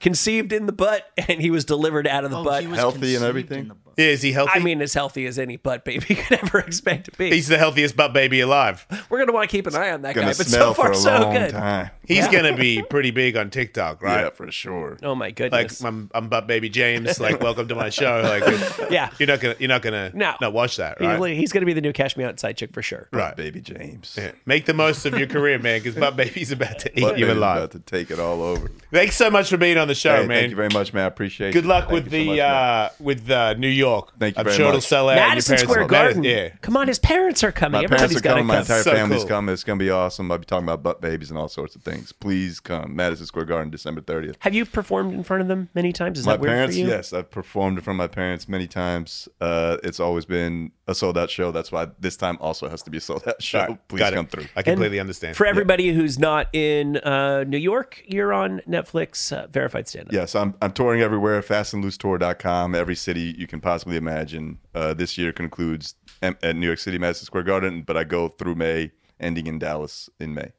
Speaker 6: conceived in the butt and he was delivered out of the butt.
Speaker 8: Oh, he was
Speaker 3: healthy and
Speaker 8: conceived
Speaker 3: everything?
Speaker 8: in the butt.
Speaker 4: Yeah, is he healthy?
Speaker 6: I mean, as healthy as any butt baby *laughs* could ever expect to be.
Speaker 4: he's the healthiest butt baby alive.
Speaker 6: We're gonna want to keep an eye on that guy,
Speaker 3: gonna
Speaker 6: but
Speaker 3: smell
Speaker 6: so
Speaker 3: for
Speaker 6: far
Speaker 3: a
Speaker 6: so
Speaker 3: long
Speaker 6: good.
Speaker 3: time.
Speaker 4: He's going to be pretty big on TikTok, right?
Speaker 3: Yeah, for sure.
Speaker 6: Oh my
Speaker 4: Like
Speaker 6: goodness!
Speaker 4: I'm, I'm butt baby James.
Speaker 6: *laughs*
Speaker 4: Like welcome to my show. Like
Speaker 3: *laughs*
Speaker 6: yeah,
Speaker 4: you're not gonna you're not gonna
Speaker 6: No.
Speaker 4: not watch that,
Speaker 6: He-
Speaker 4: right?
Speaker 6: he's gonna be the new Cash Me Outside chick for sure.
Speaker 4: right.
Speaker 3: Baby James.
Speaker 4: Make the most of your career, man, because Butt Baby's about to eat
Speaker 3: Butt
Speaker 4: you
Speaker 3: baby's
Speaker 4: alive.
Speaker 3: about to take it all over.
Speaker 4: Thanks so much for being on the show,
Speaker 3: Hey,
Speaker 4: man.
Speaker 3: thank you very much, man. I appreciate
Speaker 4: Good
Speaker 3: you.
Speaker 4: luck
Speaker 3: Thank
Speaker 4: with
Speaker 3: you so
Speaker 4: the
Speaker 3: much, man.
Speaker 4: uh, with uh, New York.
Speaker 3: Thank you
Speaker 4: I'm
Speaker 3: very
Speaker 4: sure it'll
Speaker 3: much.
Speaker 4: sell out. and your
Speaker 6: Madison
Speaker 4: parents
Speaker 6: Square
Speaker 4: will love it.
Speaker 6: Garden.
Speaker 4: Yeah.
Speaker 6: Come on, his parents are coming.
Speaker 3: My parents are
Speaker 6: Everybody's got to
Speaker 3: coming. My
Speaker 6: come.
Speaker 3: entire
Speaker 4: So
Speaker 3: family's
Speaker 4: cool.
Speaker 3: coming. It's going to be awesome. I'll be talking about butt babies and all sorts of things. Please come. Madison Square Garden, December 30th.
Speaker 6: Have you performed in front of them many times? Is
Speaker 3: my
Speaker 6: that weird
Speaker 3: parents,
Speaker 6: for you?
Speaker 3: yes. I've performed in front of my parents many times. Uh, it's always been a sold out show. That's why this time also has to be a sold out *laughs* show.
Speaker 4: All right,
Speaker 3: Please
Speaker 4: got it.
Speaker 3: come through.
Speaker 4: I
Speaker 6: And
Speaker 4: completely understand.
Speaker 6: For everybody who's not in uh, New York, you're on Netflix uh, Verified Stand Up.
Speaker 3: Yes, I'm, I'm touring everywhere, fastandloosetour.com, every city you can possibly imagine. Uh, this year concludes M- at New York City, Madison Square Garden, but I go through May, ending in Dallas in May.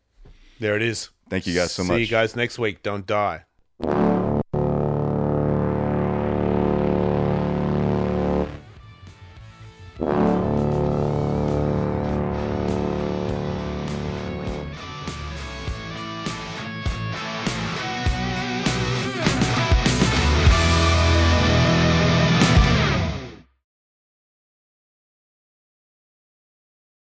Speaker 4: there it is.
Speaker 3: Thank you guys so
Speaker 4: See
Speaker 3: much.
Speaker 4: you guys next week. Don't die.